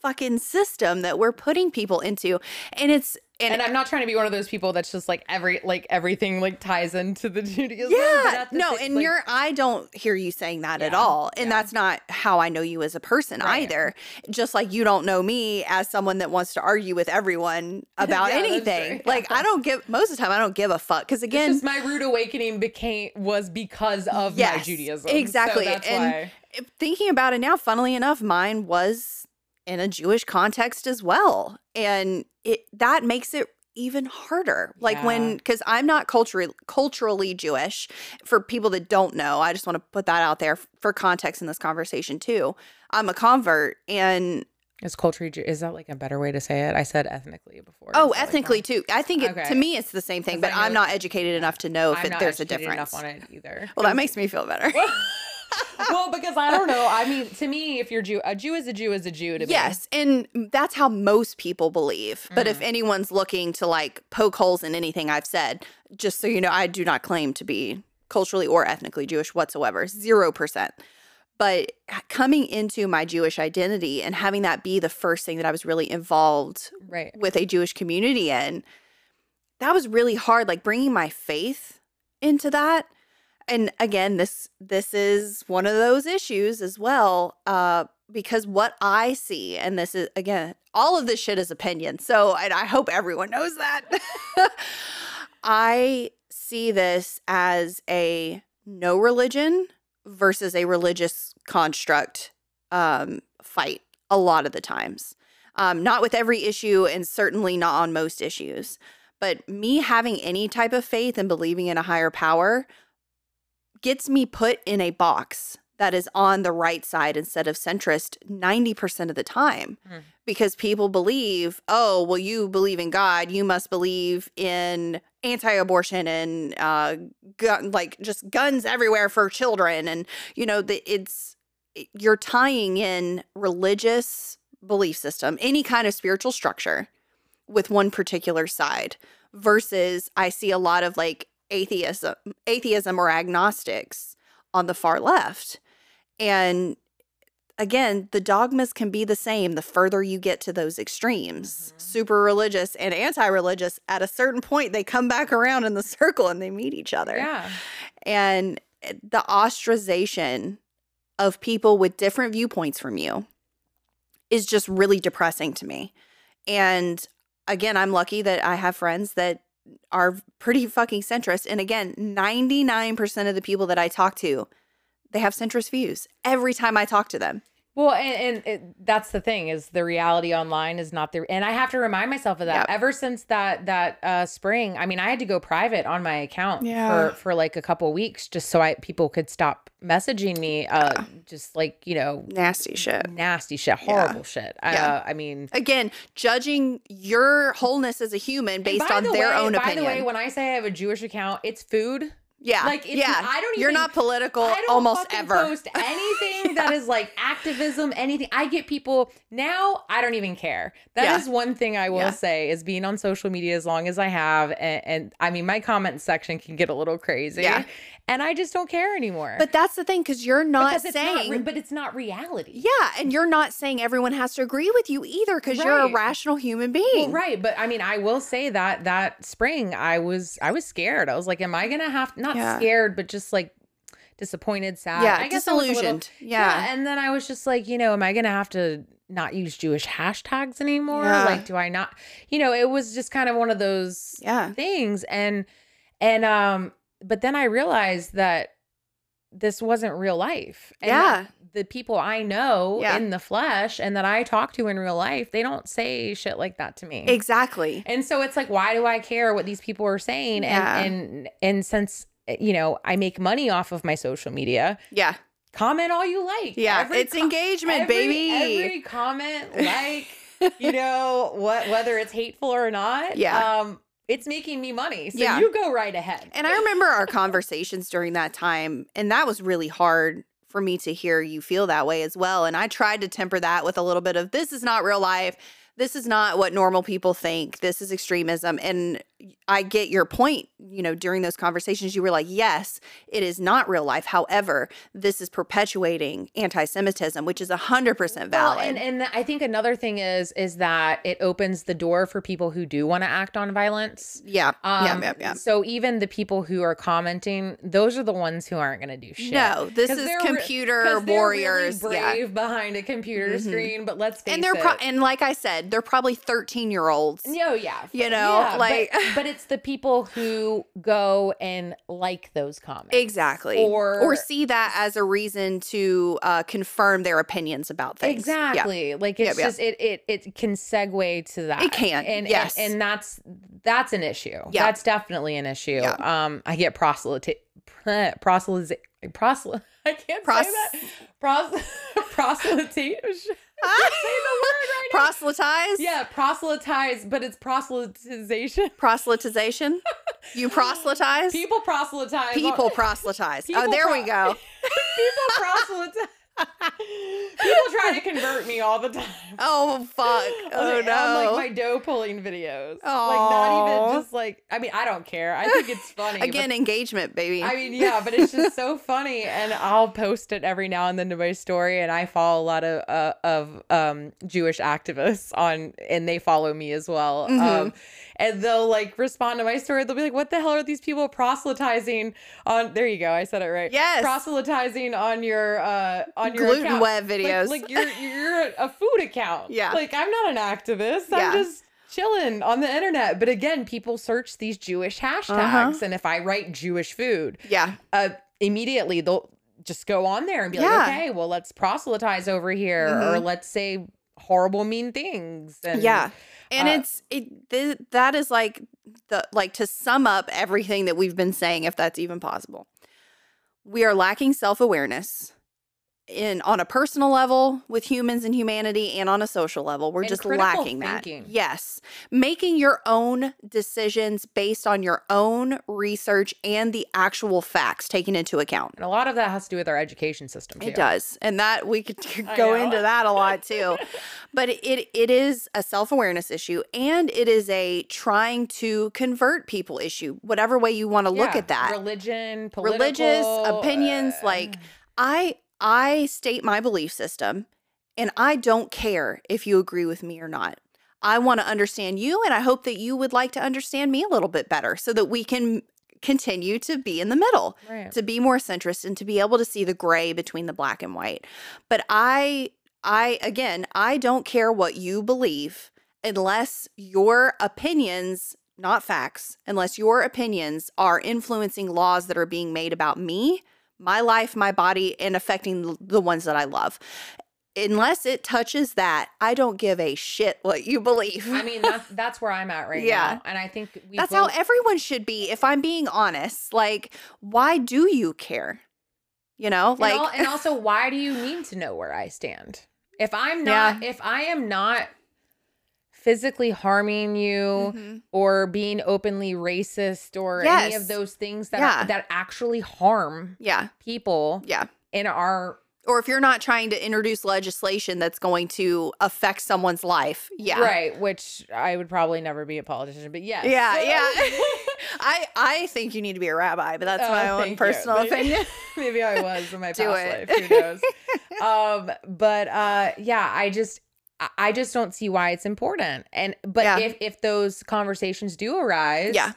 Speaker 1: fucking system that we're putting people into and it's and,
Speaker 2: And I'm not trying to be one of those people that's just like every like everything like ties into the Judaism. but
Speaker 1: yeah
Speaker 2: at the
Speaker 1: no
Speaker 2: same-
Speaker 1: and
Speaker 2: like,
Speaker 1: you're i don't hear you saying that at
Speaker 2: Yeah,
Speaker 1: all and
Speaker 2: yeah.
Speaker 1: that's not how i know you as a person
Speaker 2: Right.
Speaker 1: either just like you don't know me as someone that wants to argue with everyone about
Speaker 2: (laughs) Yeah, that's
Speaker 1: anything
Speaker 2: true.
Speaker 1: like i don't give most of the time i don't give a fuck because
Speaker 2: It's
Speaker 1: again
Speaker 2: just my rude awakening became was because of my
Speaker 1: Yes,
Speaker 2: Judaism.
Speaker 1: exactly.
Speaker 2: So that's
Speaker 1: And-
Speaker 2: why.
Speaker 1: thinking about it now, funnily enough, mine was in a Jewish context as well. And it that makes it even harder. Like when
Speaker 2: Yeah.
Speaker 1: cuz I'm not culturally culturally Jewish for people that don't know. I just want to put that out there f- for context in this conversation too. I'm a convert and
Speaker 2: Is culture Ju- is that like a better way to say it? I said ethnically before.
Speaker 1: oh,
Speaker 2: so, like,
Speaker 1: ethnically too. I think it,
Speaker 2: Okay.
Speaker 1: to me it's the same thing,
Speaker 2: 'Cause
Speaker 1: but
Speaker 2: I know
Speaker 1: I'm not educated enough to know if
Speaker 2: I'm
Speaker 1: it,
Speaker 2: not
Speaker 1: there's a
Speaker 2: educated
Speaker 1: difference.
Speaker 2: enough on it either.
Speaker 1: (laughs) Well, that makes me feel better.
Speaker 2: well, because I don't know. I mean, to me, if you're Jew, a Jew is a Jew is a Jew to me.
Speaker 1: Yes, and that's how most people believe. But if anyone's looking to like poke holes in anything I've said, just so you know, I do not claim to be culturally or ethnically Jewish whatsoever. 0%. But coming into my Jewish identity and having that be the first thing that I was really involved
Speaker 2: Right.
Speaker 1: with a Jewish community in, that was really hard. Like bringing my faith into that, and again, this this is one of those issues as well, uh, because what I see, and this is again, all of this shit is opinion. So, and I hope everyone knows that. (laughs) I see this as a no religion versus a religious construct um, fight a lot of the times. Um, not with every issue, and certainly not on most issues. But me having any type of faith and believing in a higher power gets me put in a box that is on the right side instead of centrist 90% of the time
Speaker 2: Hmm.
Speaker 1: because people believe, oh, well, you believe in God, you must believe in anti abortion and uh, gun, like just guns everywhere for children. And, you know, the, it's, you're tying in religious belief system, any kind of spiritual structure with one particular side versus I see a lot of like atheism atheism or agnostics on the far left. And again, the dogmas can be the same the further you get to those extremes.
Speaker 2: Mhm.
Speaker 1: Super religious and anti-religious at a certain point they come back around in the (laughs) circle and they meet each other
Speaker 2: Yeah.
Speaker 1: and eh, the ostracization of people with different viewpoints from you is just really depressing to me. And again, I'm lucky that I have friends that are pretty fucking centrist. And again, 99% of the people that I talk to, they have centrist views every time I talk to them.
Speaker 2: Well, and, and it, that's the thing is the reality online is not the, and I have to remind myself of
Speaker 1: Yep.
Speaker 2: that. Ever since that that uh, spring, I mean, I had to go private on my account
Speaker 1: Yeah.
Speaker 2: for for like a couple weeks just so I people could stop messaging me. Uh, just like you know,
Speaker 1: Nasty shit.
Speaker 2: nasty shit,
Speaker 1: Yeah.
Speaker 2: horrible shit. Uh,
Speaker 1: Yeah.
Speaker 2: I mean,
Speaker 1: Again, judging your wholeness as a human based
Speaker 2: by
Speaker 1: on
Speaker 2: the
Speaker 1: their
Speaker 2: way-
Speaker 1: own
Speaker 2: by
Speaker 1: opinion.
Speaker 2: the way, when I say I have a Jewish account, it's food.
Speaker 1: yeah.
Speaker 2: like, it's-
Speaker 1: yeah.
Speaker 2: I don't
Speaker 1: You're
Speaker 2: even-
Speaker 1: not political
Speaker 2: I don't
Speaker 1: almost
Speaker 2: fucking
Speaker 1: ever. (laughs)
Speaker 2: post anything that is like activism, anything. I get people now. I don't even care. That is
Speaker 1: Yeah.
Speaker 2: one thing I will
Speaker 1: Yeah.
Speaker 2: say is being on social media as long as I have, and, and I mean my comment section can get a little crazy.
Speaker 1: Yeah.
Speaker 2: and I just don't care anymore.
Speaker 1: But that's the thing, because you're not
Speaker 2: Because it's not
Speaker 1: saying.
Speaker 2: re- but it's not reality.
Speaker 1: yeah, and you're not saying everyone has to agree with you either, because you're a
Speaker 2: Right.
Speaker 1: rational human being.
Speaker 2: Well, right, but I mean, I will say that that spring I was I was scared. I was like, am I gonna have not
Speaker 1: Yeah.
Speaker 2: scared, but just like disappointed, sad.
Speaker 1: yeah,
Speaker 2: I guess I was a little-
Speaker 1: disillusioned. yeah.
Speaker 2: And then I was just like, you know, am I going to have to not use Jewish hashtags anymore?
Speaker 1: Yeah.
Speaker 2: Like, do I not, you know, it was just kind of one of those
Speaker 1: Yeah.
Speaker 2: things. And, and, um, but then I realized that this wasn't real life. And that
Speaker 1: Yeah.
Speaker 2: The people I know
Speaker 1: Yeah.
Speaker 2: in the flesh and that I talk to in real life, they don't say shit like that to me.
Speaker 1: Exactly.
Speaker 2: And so it's like, why do I care what these people are saying?
Speaker 1: Yeah.
Speaker 2: And, and, and since, eh, you know, I make money off of my social media,
Speaker 1: Yeah.
Speaker 2: comment all you like.
Speaker 1: Yeah.
Speaker 2: Every
Speaker 1: it's
Speaker 2: co-
Speaker 1: engagement,
Speaker 2: every-
Speaker 1: baby.
Speaker 2: Every
Speaker 1: (laughs)
Speaker 2: comment, like, you know, what whether it's hateful or not,
Speaker 1: Yeah.
Speaker 2: um, it's making me money. So
Speaker 1: Yeah.
Speaker 2: you go right ahead.
Speaker 1: and I remember our conversations during that time, and that was really hard for me to hear you feel that way as well. And I tried to temper that with a little bit of this is not real life. This is not what normal people think. This is extremism. And I get your point. You know, during those conversations, you were like, yes, it is not real life. However, this is perpetuating anti Semitism, which is 100% valid.
Speaker 2: Well, and and I think another thing is is that it opens the door for people who do want to act on violence.
Speaker 1: yeah, yeah.
Speaker 2: Um,
Speaker 1: Yeah. Yeah.
Speaker 2: So even the people who are commenting, those are the ones who aren't going to do shit.
Speaker 1: No, this
Speaker 2: 'Cause
Speaker 1: is
Speaker 2: they're re- 'Cause
Speaker 1: computer
Speaker 2: they're really
Speaker 1: warriors. yeah.
Speaker 2: brave behind a computer
Speaker 1: Mhm.
Speaker 2: screen, but let's face
Speaker 1: and they're
Speaker 2: it.
Speaker 1: pro- and like I said, they're probably thirteen year olds.
Speaker 2: No, yeah.
Speaker 1: You
Speaker 2: f-
Speaker 1: know,
Speaker 2: but-
Speaker 1: like- (laughs)
Speaker 2: but, it's the people who go and like those comments.
Speaker 1: Exactly.
Speaker 2: Or-
Speaker 1: or see that as a reason to uh, confirm their opinions about things.
Speaker 2: Exactly. Like
Speaker 1: Yep,
Speaker 2: it's
Speaker 1: yep.
Speaker 2: just it it it can segue to that.
Speaker 1: It can,
Speaker 2: And
Speaker 1: yes.
Speaker 2: and, and that's that's an issue.
Speaker 1: Yeah.
Speaker 2: That's definitely an issue.
Speaker 1: Yeah.
Speaker 2: Um I get proselyte proselyte proselyte (laughs) I can't
Speaker 1: Pros-
Speaker 2: say that. Pros (laughs) proselyte
Speaker 1: Yeah. (laughs)
Speaker 2: right now.
Speaker 1: Proselytize.
Speaker 2: Yeah, proselytize, but it's proselytization. (laughs)
Speaker 1: Proselytization. You proselytize.
Speaker 2: People proselytize. on-
Speaker 1: People proselytize. oh,
Speaker 2: People
Speaker 1: there we
Speaker 2: pro- (laughs)
Speaker 1: go.
Speaker 2: People proselytize. People try to convert me all the time.
Speaker 1: Oh fuck.
Speaker 2: On-
Speaker 1: (laughs) Oh
Speaker 2: on,
Speaker 1: no.
Speaker 2: like my dough pulling videos. Like not
Speaker 1: Aw.
Speaker 2: even just like I mean I don't care. I think it's funny. but-
Speaker 1: Again, engagement, baby.
Speaker 2: I mean yeah, but it's just so funny, and I'll post it every now and then to my story, and I follow a lot of uh, of um, Jewish activists on, and they follow me as well.
Speaker 1: Mm-hmm.
Speaker 2: Um, and they'll like respond to my story. They'll be like, "What the hell are these people proselytizing on?" There you go. I said it right.
Speaker 1: Yes.
Speaker 2: proselytizing on your uh, on your
Speaker 1: Gluten
Speaker 2: account.
Speaker 1: web
Speaker 2: Like-
Speaker 1: videos.
Speaker 2: Like, you're you're a food account.
Speaker 1: Yeah.
Speaker 2: Like I'm not an activist.
Speaker 1: Yeah.
Speaker 2: I'm just chilling on the internet. But again, people search these Jewish hashtags,
Speaker 1: Uh-huh.
Speaker 2: and if I write Jewish food,
Speaker 1: yeah.
Speaker 2: uh, immediately they'll just go on there and be
Speaker 1: Yeah. Mm-hmm.
Speaker 2: like, okay, well let's proselytize over here, or let's say horrible, mean things. And
Speaker 1: yeah and
Speaker 2: uh,
Speaker 1: it's it th- that is like the like to sum up everything that we've been saying if that's even possible we are lacking self-awareness in on a personal level with humans and humanity and on a social level we're
Speaker 2: And
Speaker 1: just
Speaker 2: critical
Speaker 1: lacking that
Speaker 2: thinking.
Speaker 1: yes making your own decisions based on your own research and the actual facts taken into account
Speaker 2: And a lot of that has to do with our education system. Too.
Speaker 1: it does. And that we could (laughs)
Speaker 2: I
Speaker 1: go
Speaker 2: know.
Speaker 1: into that a
Speaker 2: (laughs)
Speaker 1: lot too. but it it is a self-awareness issue and it is a trying to convert people issue, whatever way you want to look
Speaker 2: Yeah.
Speaker 1: at that.
Speaker 2: Religion, political,
Speaker 1: Religious opinions
Speaker 2: uh,
Speaker 1: like I I state my belief system and I don't care if you agree with me or not. I want to understand you and I hope that you would like to understand me a little bit better so that we can continue to be in the middle
Speaker 2: right.
Speaker 1: to be more centrist and to be able to see the gray between the black and white. But I I again, I don't care what you believe unless your opinions, not facts, unless your opinions are influencing laws that are being made about me, my life, my body and affecting the- the ones that I love. Unless it touches that, I don't give a shit what you believe.
Speaker 2: I mean, that's that's where I'm at right
Speaker 1: Yeah.
Speaker 2: now, and I think we
Speaker 1: That's
Speaker 2: both-
Speaker 1: how everyone should be, if I'm being honest. Like, why do you care? You know, like,
Speaker 2: and, al-
Speaker 1: (laughs)
Speaker 2: and also why do you need to know where i stand if i'm
Speaker 1: Yeah.
Speaker 2: not if i am not physically harming you Mm-hmm.
Speaker 1: Mhm.
Speaker 2: or being openly racist or any
Speaker 1: Yes.
Speaker 2: of those things that
Speaker 1: Yeah.
Speaker 2: that actually harm
Speaker 1: yeah,
Speaker 2: people
Speaker 1: yeah.
Speaker 2: in our
Speaker 1: Or if you're not trying to introduce legislation that's going to affect someone's life, yeah,
Speaker 2: right which i would probably never be a politician but yes. (laughs)
Speaker 1: yeah, yeah. (laughs) I I think you need to be a rabbi, but that's
Speaker 2: Oh,
Speaker 1: my
Speaker 2: thank
Speaker 1: own
Speaker 2: you.
Speaker 1: personal
Speaker 2: Maybe- (laughs)
Speaker 1: opinion.
Speaker 2: Maybe I was in my
Speaker 1: Do
Speaker 2: past
Speaker 1: it.
Speaker 2: life. Who knows?
Speaker 1: (laughs)
Speaker 2: um, but uh, yeah, I just I- I just don't see why it's important. And but
Speaker 1: Yeah.
Speaker 2: if if those conversations do arise,
Speaker 1: Yeah.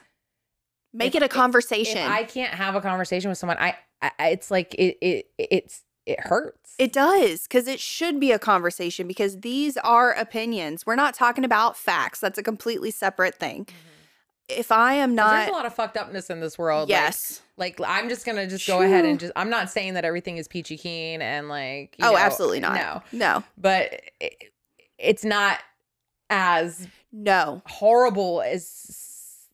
Speaker 1: Make it
Speaker 2: If-
Speaker 1: a
Speaker 2: if
Speaker 1: conversation.
Speaker 2: I can't have a conversation with someone, I I, I- it's like it, it it's it hurts.
Speaker 1: It does, because it should be a conversation because these are opinions. We're not talking about facts. That's a completely separate thing. If I am
Speaker 2: 'Cause there's Mm-hmm. a
Speaker 1: not,
Speaker 2: lot of fucked upness in this world. like-
Speaker 1: yes.
Speaker 2: Like, I'm just gonna just go ahead and
Speaker 1: Shoo.
Speaker 2: just. I'm not saying that everything is peachy keen and like. you
Speaker 1: oh,
Speaker 2: know,
Speaker 1: absolutely not.
Speaker 2: No,
Speaker 1: No,
Speaker 2: but it, it's not as
Speaker 1: no.
Speaker 2: horrible as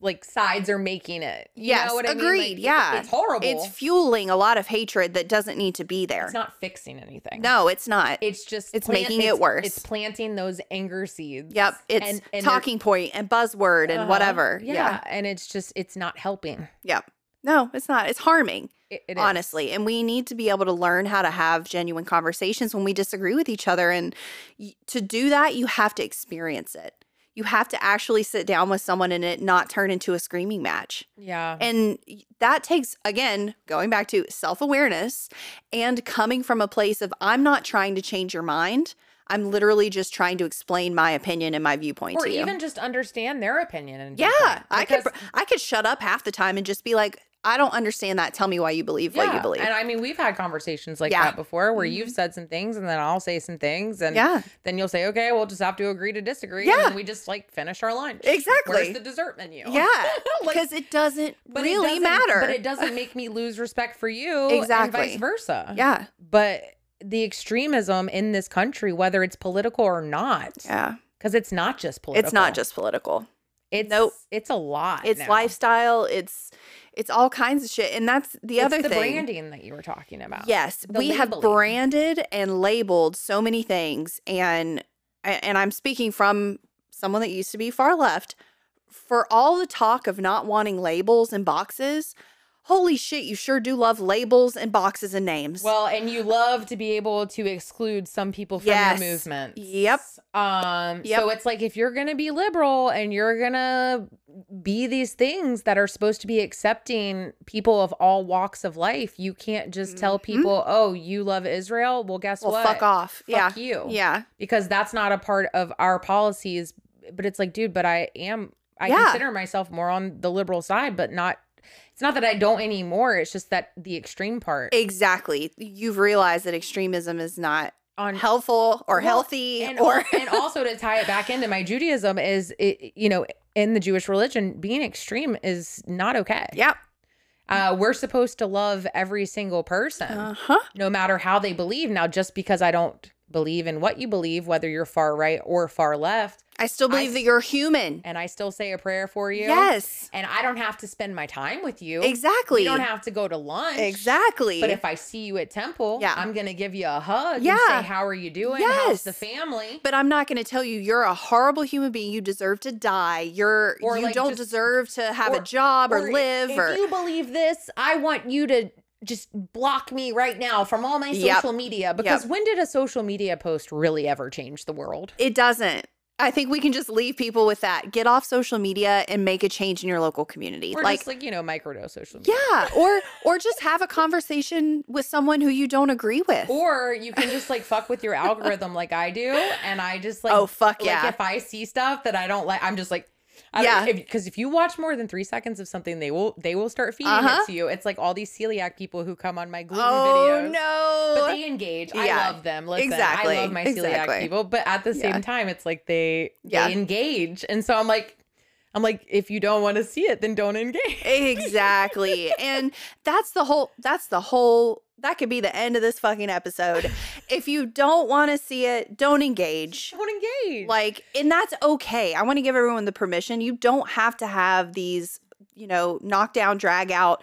Speaker 2: like sides are making it. You
Speaker 1: Yes,
Speaker 2: know what I mean? Like,
Speaker 1: agreed, yeah.
Speaker 2: it's horrible.
Speaker 1: It's fueling a lot of hatred that doesn't need to be there.
Speaker 2: It's not fixing anything.
Speaker 1: no, it's not.
Speaker 2: it's just
Speaker 1: It's making it worse.
Speaker 2: It's planting those anger seeds.
Speaker 1: yep. It's
Speaker 2: and- and they're-
Speaker 1: talking point and buzzword and
Speaker 2: Uh-huh.
Speaker 1: whatever. Yeah.
Speaker 2: and it's just it's not helping.
Speaker 1: No, it's not. It's harming,
Speaker 2: It, it is.
Speaker 1: honestly. And we need to be able to learn how to have genuine conversations when we disagree with each other. And y- to do that, you have to experience it. You have to actually sit down with someone and it not turn into a screaming match.
Speaker 2: Yeah.
Speaker 1: And that takes, again, going back to self awareness and coming from a place of I'm not trying to change your mind. I'm literally just trying to explain my opinion and my viewpoint
Speaker 2: or
Speaker 1: to you.
Speaker 2: even just understand their opinion. And
Speaker 1: yeah,
Speaker 2: viewpoint,
Speaker 1: I could
Speaker 2: because-
Speaker 1: I could shut up half the time and just be like, I don't understand that. Tell me why you believe what you
Speaker 2: yeah,
Speaker 1: believe.
Speaker 2: And I mean, we've had conversations like
Speaker 1: Yeah.
Speaker 2: that before where you've
Speaker 1: Mhm.
Speaker 2: said some things and then I'll say some things and
Speaker 1: yeah,
Speaker 2: then you'll say, okay, we'll just have to agree to disagree.
Speaker 1: Yeah.
Speaker 2: And then we just like finish our lunch.
Speaker 1: Exactly.
Speaker 2: Where's the dessert menu?
Speaker 1: yeah,
Speaker 2: (laughs) Like,
Speaker 1: because it doesn't
Speaker 2: but it
Speaker 1: really
Speaker 2: doesn't-
Speaker 1: matter.
Speaker 2: But it doesn't make me lose respect for you.
Speaker 1: Exactly.
Speaker 2: And vice versa.
Speaker 1: Yeah,
Speaker 2: But the extremism in this country, whether it's political or not,
Speaker 1: yeah.
Speaker 2: because it's not just political.
Speaker 1: It's not just political.
Speaker 2: It's
Speaker 1: Nope.
Speaker 2: It's a lot.
Speaker 1: It's
Speaker 2: now.
Speaker 1: lifestyle. It's it's all kinds of shit. And that's the
Speaker 2: It's
Speaker 1: other
Speaker 2: the
Speaker 1: thing.
Speaker 2: branding that you were talking about.
Speaker 1: Yes,
Speaker 2: The
Speaker 1: we have
Speaker 2: labeling.
Speaker 1: branded and labeled so many things, and and I'm speaking from someone that used to be far left. For all the talk of not wanting labels and boxes, holy shit, you sure do love labels and boxes and names.
Speaker 2: Well, and you love to be able to exclude some people from
Speaker 1: Yes.
Speaker 2: your movement.
Speaker 1: Yep.
Speaker 2: Um.
Speaker 1: Yep.
Speaker 2: So it's like if you're gonna be liberal and you're gonna be these things that are supposed to be accepting people of all walks of life, you can't just tell
Speaker 1: Mhm.
Speaker 2: people, "Oh, you love Israel." Well, guess
Speaker 1: well,
Speaker 2: what?
Speaker 1: fuck off. yeah,
Speaker 2: Fuck you.
Speaker 1: yeah,
Speaker 2: Because that's not a part of our policies. But it's like, dude, but I am. I
Speaker 1: Yeah.
Speaker 2: consider myself more on the liberal side, but not. It's not that I don't anymore. It's just that the extreme part
Speaker 1: exactly. You've realized that extremism is not
Speaker 2: on
Speaker 1: helpful or
Speaker 2: Well,
Speaker 1: healthy
Speaker 2: and,
Speaker 1: (laughs) or
Speaker 2: and also to tie it back into my Judaism is it, you know in the Jewish religion being extreme is not okay.
Speaker 1: yeah,
Speaker 2: Uh, we're supposed to love every single person
Speaker 1: uh huh,
Speaker 2: no matter how they believe. Now just because I don't believe in what you believe whether you're far right or far left
Speaker 1: I still believe that you're human.
Speaker 2: and I still say a prayer for you.
Speaker 1: Yes,
Speaker 2: And I don't have to spend my time with you.
Speaker 1: exactly.
Speaker 2: You don't have to go to lunch.
Speaker 1: Exactly.
Speaker 2: But if I see you at temple,
Speaker 1: Yeah.
Speaker 2: I'm going to give you a hug
Speaker 1: Yeah.
Speaker 2: and say how are you doing? How's the
Speaker 1: Yes.
Speaker 2: family?
Speaker 1: But I'm not going to tell you you're a horrible human being. You deserve to die. You're
Speaker 2: Or,
Speaker 1: you
Speaker 2: like,
Speaker 1: don't
Speaker 2: just-
Speaker 1: deserve to have a
Speaker 2: or-
Speaker 1: job or,
Speaker 2: i-
Speaker 1: live
Speaker 2: if
Speaker 1: or
Speaker 2: you believe this i want you to just block me right now from all my social
Speaker 1: Yep.
Speaker 2: media because when did a social media post really ever change the world
Speaker 1: it doesn't. I think we can just leave people with that. Get off social media and make a change in your local community.
Speaker 2: or
Speaker 1: like
Speaker 2: just like you know microdose social media
Speaker 1: yeah, or or just have a conversation with someone who you don't agree with.
Speaker 2: or you can just like fuck with your algorithm like i do and i just like
Speaker 1: oh fuck
Speaker 2: like
Speaker 1: yeah.
Speaker 2: if i see stuff that i don't like i'm just like I
Speaker 1: Yeah.
Speaker 2: yeah, because if, you watch more than three seconds of something, they will they will start feeding
Speaker 1: Uh-huh.
Speaker 2: it to you. It's like all these celiac people who come on my gluten
Speaker 1: Oh
Speaker 2: videos.
Speaker 1: no.
Speaker 2: but they engage.
Speaker 1: Yeah.
Speaker 2: I love them. Listen,
Speaker 1: Exactly.
Speaker 2: I love my celiac
Speaker 1: Exactly.
Speaker 2: people, but at the same
Speaker 1: Yeah.
Speaker 2: time, it's like they
Speaker 1: Yeah.
Speaker 2: they engage, and so I'm like, I'm like, if you don't want to see it, then don't engage. (laughs)
Speaker 1: exactly and that's the whole that's the whole that could be the end of this fucking episode if you don't want to see it don't engage
Speaker 2: Don't engage.
Speaker 1: like and that's okay i want to give everyone the permission you don't have to have these you know knockdown drag out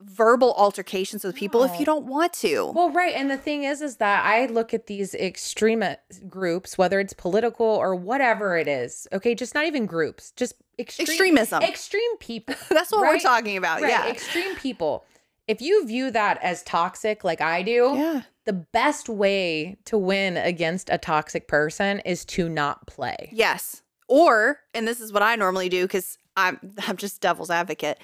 Speaker 1: verbal altercations with people if you
Speaker 2: No.
Speaker 1: don't want to
Speaker 2: well, right, and the thing is, is that I look at these extremist groups, whether it's political or whatever it is. Okay, just not even groups, just extreme,
Speaker 1: extremism
Speaker 2: extreme people.
Speaker 1: that's what we're
Speaker 2: right,
Speaker 1: talking about
Speaker 2: right,
Speaker 1: yeah
Speaker 2: extreme people. If you view that as toxic, like I do,
Speaker 1: yeah
Speaker 2: the best way to win against a toxic person is to not play.
Speaker 1: Yes. Or, and this is what I normally do (laughs) because I'm I'm just devil's advocate.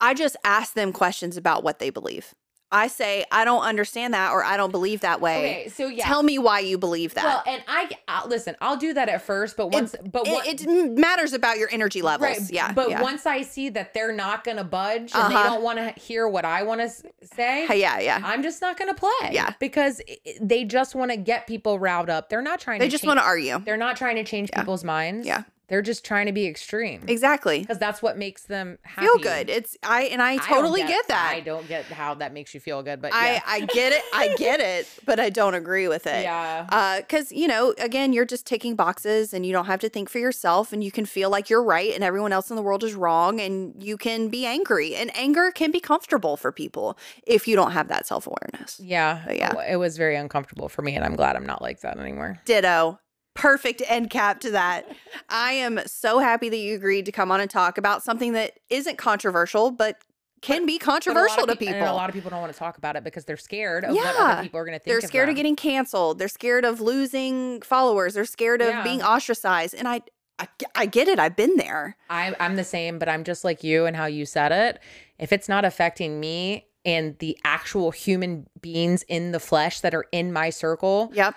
Speaker 1: I just ask them questions about what they believe. I say, I don't understand that or I don't believe that way.
Speaker 2: Okay, so yeah.
Speaker 1: Tell me why you believe that.
Speaker 2: well, and I, I listen. I'll do that at first, but once, but what,
Speaker 1: it, it matters about your energy levels. Yeah.
Speaker 2: But
Speaker 1: yeah.
Speaker 2: once I see that they're not going to budge and they
Speaker 1: Uh-huh.
Speaker 2: don't want to hear what I want to say,
Speaker 1: yeah, yeah.
Speaker 2: I'm just not going to play.
Speaker 1: Yeah.
Speaker 2: because i- i- they just want to get people riled up. They're not trying.
Speaker 1: They
Speaker 2: to
Speaker 1: just
Speaker 2: change-
Speaker 1: want to argue.
Speaker 2: They're not trying to change
Speaker 1: Yeah.
Speaker 2: people's minds.
Speaker 1: Yeah.
Speaker 2: they're just trying to be extreme because
Speaker 1: Exactly.
Speaker 2: that's what makes them happy.
Speaker 1: Feel good. It's I and I
Speaker 2: don't
Speaker 1: totally get,
Speaker 2: I
Speaker 1: that.
Speaker 2: don't get how that makes you feel good, but
Speaker 1: I
Speaker 2: yeah.
Speaker 1: I get it. I get it, but I don't agree with it.
Speaker 2: yeah.
Speaker 1: because Uh, you know again you're just ticking boxes and you don't have to think for yourself and you can feel like you're right and everyone else in the world is wrong and you can be angry and anger can be comfortable for people if you don't have that self-awareness
Speaker 2: Yeah.
Speaker 1: But yeah.
Speaker 2: It- It was very uncomfortable for me, and I'm glad I'm not like that anymore.
Speaker 1: ditto perfect end cap to
Speaker 2: (laughs)
Speaker 1: that i am so happy that you agreed to come on and talk about something that isn't controversial but can be
Speaker 2: But a lot
Speaker 1: controversial
Speaker 2: of
Speaker 1: to
Speaker 2: pe-
Speaker 1: people
Speaker 2: And a lot of people don't want to talk about it because they're scared of what other
Speaker 1: Yeah.
Speaker 2: people are going to think.
Speaker 1: They're scared of
Speaker 2: them.
Speaker 1: getting canceled. They're scared of losing followers. They're scared of
Speaker 2: Yeah.
Speaker 1: being ostracized. And I, I, I get it. I've been there.
Speaker 2: I, I'm the same, but I'm just like you and how you said it. If it's not affecting me and the actual human beings in the flesh that are in my circle,
Speaker 1: Yep.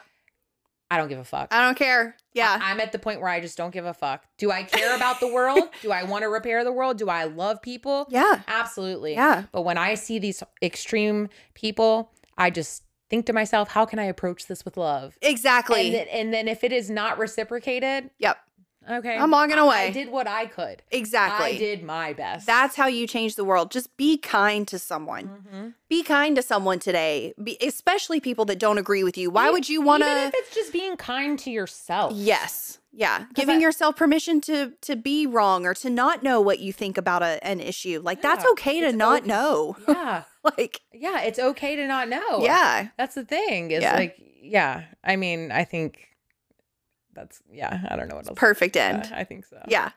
Speaker 2: I don't give a fuck.
Speaker 1: I don't care. Yeah.
Speaker 2: I, am at the point where I just don't give a fuck. Do I care about the world? Do I want to repair the world? Do I love people?
Speaker 1: yeah.
Speaker 2: Absolutely.
Speaker 1: Yeah.
Speaker 2: But when I see these extreme people, I just think to myself, how can I approach this with love?
Speaker 1: Exactly.
Speaker 2: And then, and then if it is not reciprocated,
Speaker 1: yep.
Speaker 2: okay.
Speaker 1: I'm walking
Speaker 2: I-
Speaker 1: away.
Speaker 2: I did what I could.
Speaker 1: Exactly.
Speaker 2: I did my best.
Speaker 1: That's how you change the world. Just be kind to someone.
Speaker 2: Mhm.
Speaker 1: Be kind to someone today, be, especially people that don't agree with you. Why
Speaker 2: E-
Speaker 1: would you want
Speaker 2: Even
Speaker 1: to?
Speaker 2: if it's just being kind to yourself.
Speaker 1: Yes. Yeah. Giving
Speaker 2: I-
Speaker 1: yourself permission to to be wrong or to not know what you think about a, an issue. Like that's
Speaker 2: Yeah.
Speaker 1: okay to
Speaker 2: It's
Speaker 1: not
Speaker 2: okay.
Speaker 1: know. (laughs)
Speaker 2: Yeah.
Speaker 1: Like
Speaker 2: Yeah. It's okay to not know.
Speaker 1: yeah.
Speaker 2: That's the thing. It's
Speaker 1: Yeah.
Speaker 2: like, yeah. I mean, I think that's, yeah. I don't know what else.
Speaker 1: Perfect
Speaker 2: Yeah,
Speaker 1: end.
Speaker 2: I think so.
Speaker 1: Yeah.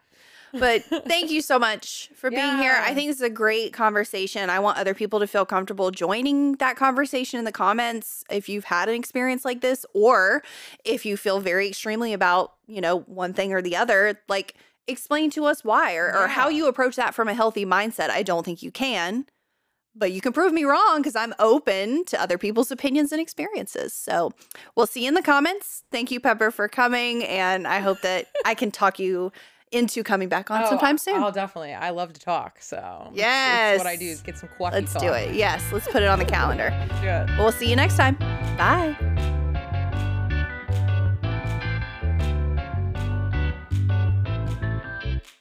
Speaker 1: But thank you so much
Speaker 2: (laughs)
Speaker 1: for being here. I
Speaker 2: Yeah.
Speaker 1: think it's a great conversation. I want other people to feel comfortable joining that conversation in the comments if you've had an experience like this or if you feel very extremely about, you know, one thing or the other, like explain to us why or, or how
Speaker 2: Yeah.
Speaker 1: you approach that from a healthy mindset. I don't think you can, but you can prove me wrong cuz I'm open to other people's opinions and experiences. So, we'll see you in the comments. Thank you Pepper for coming and I hope that I can talk you into coming back on
Speaker 2: Oh,
Speaker 1: sometime soon.
Speaker 2: I'll definitely. I love to talk. So that's-
Speaker 1: Yes.
Speaker 2: that's what I do is get some coffee.
Speaker 1: Let's do it. Yes, let's put it on the calendar.
Speaker 2: Let's do it.
Speaker 1: We'll see you next time. Bye.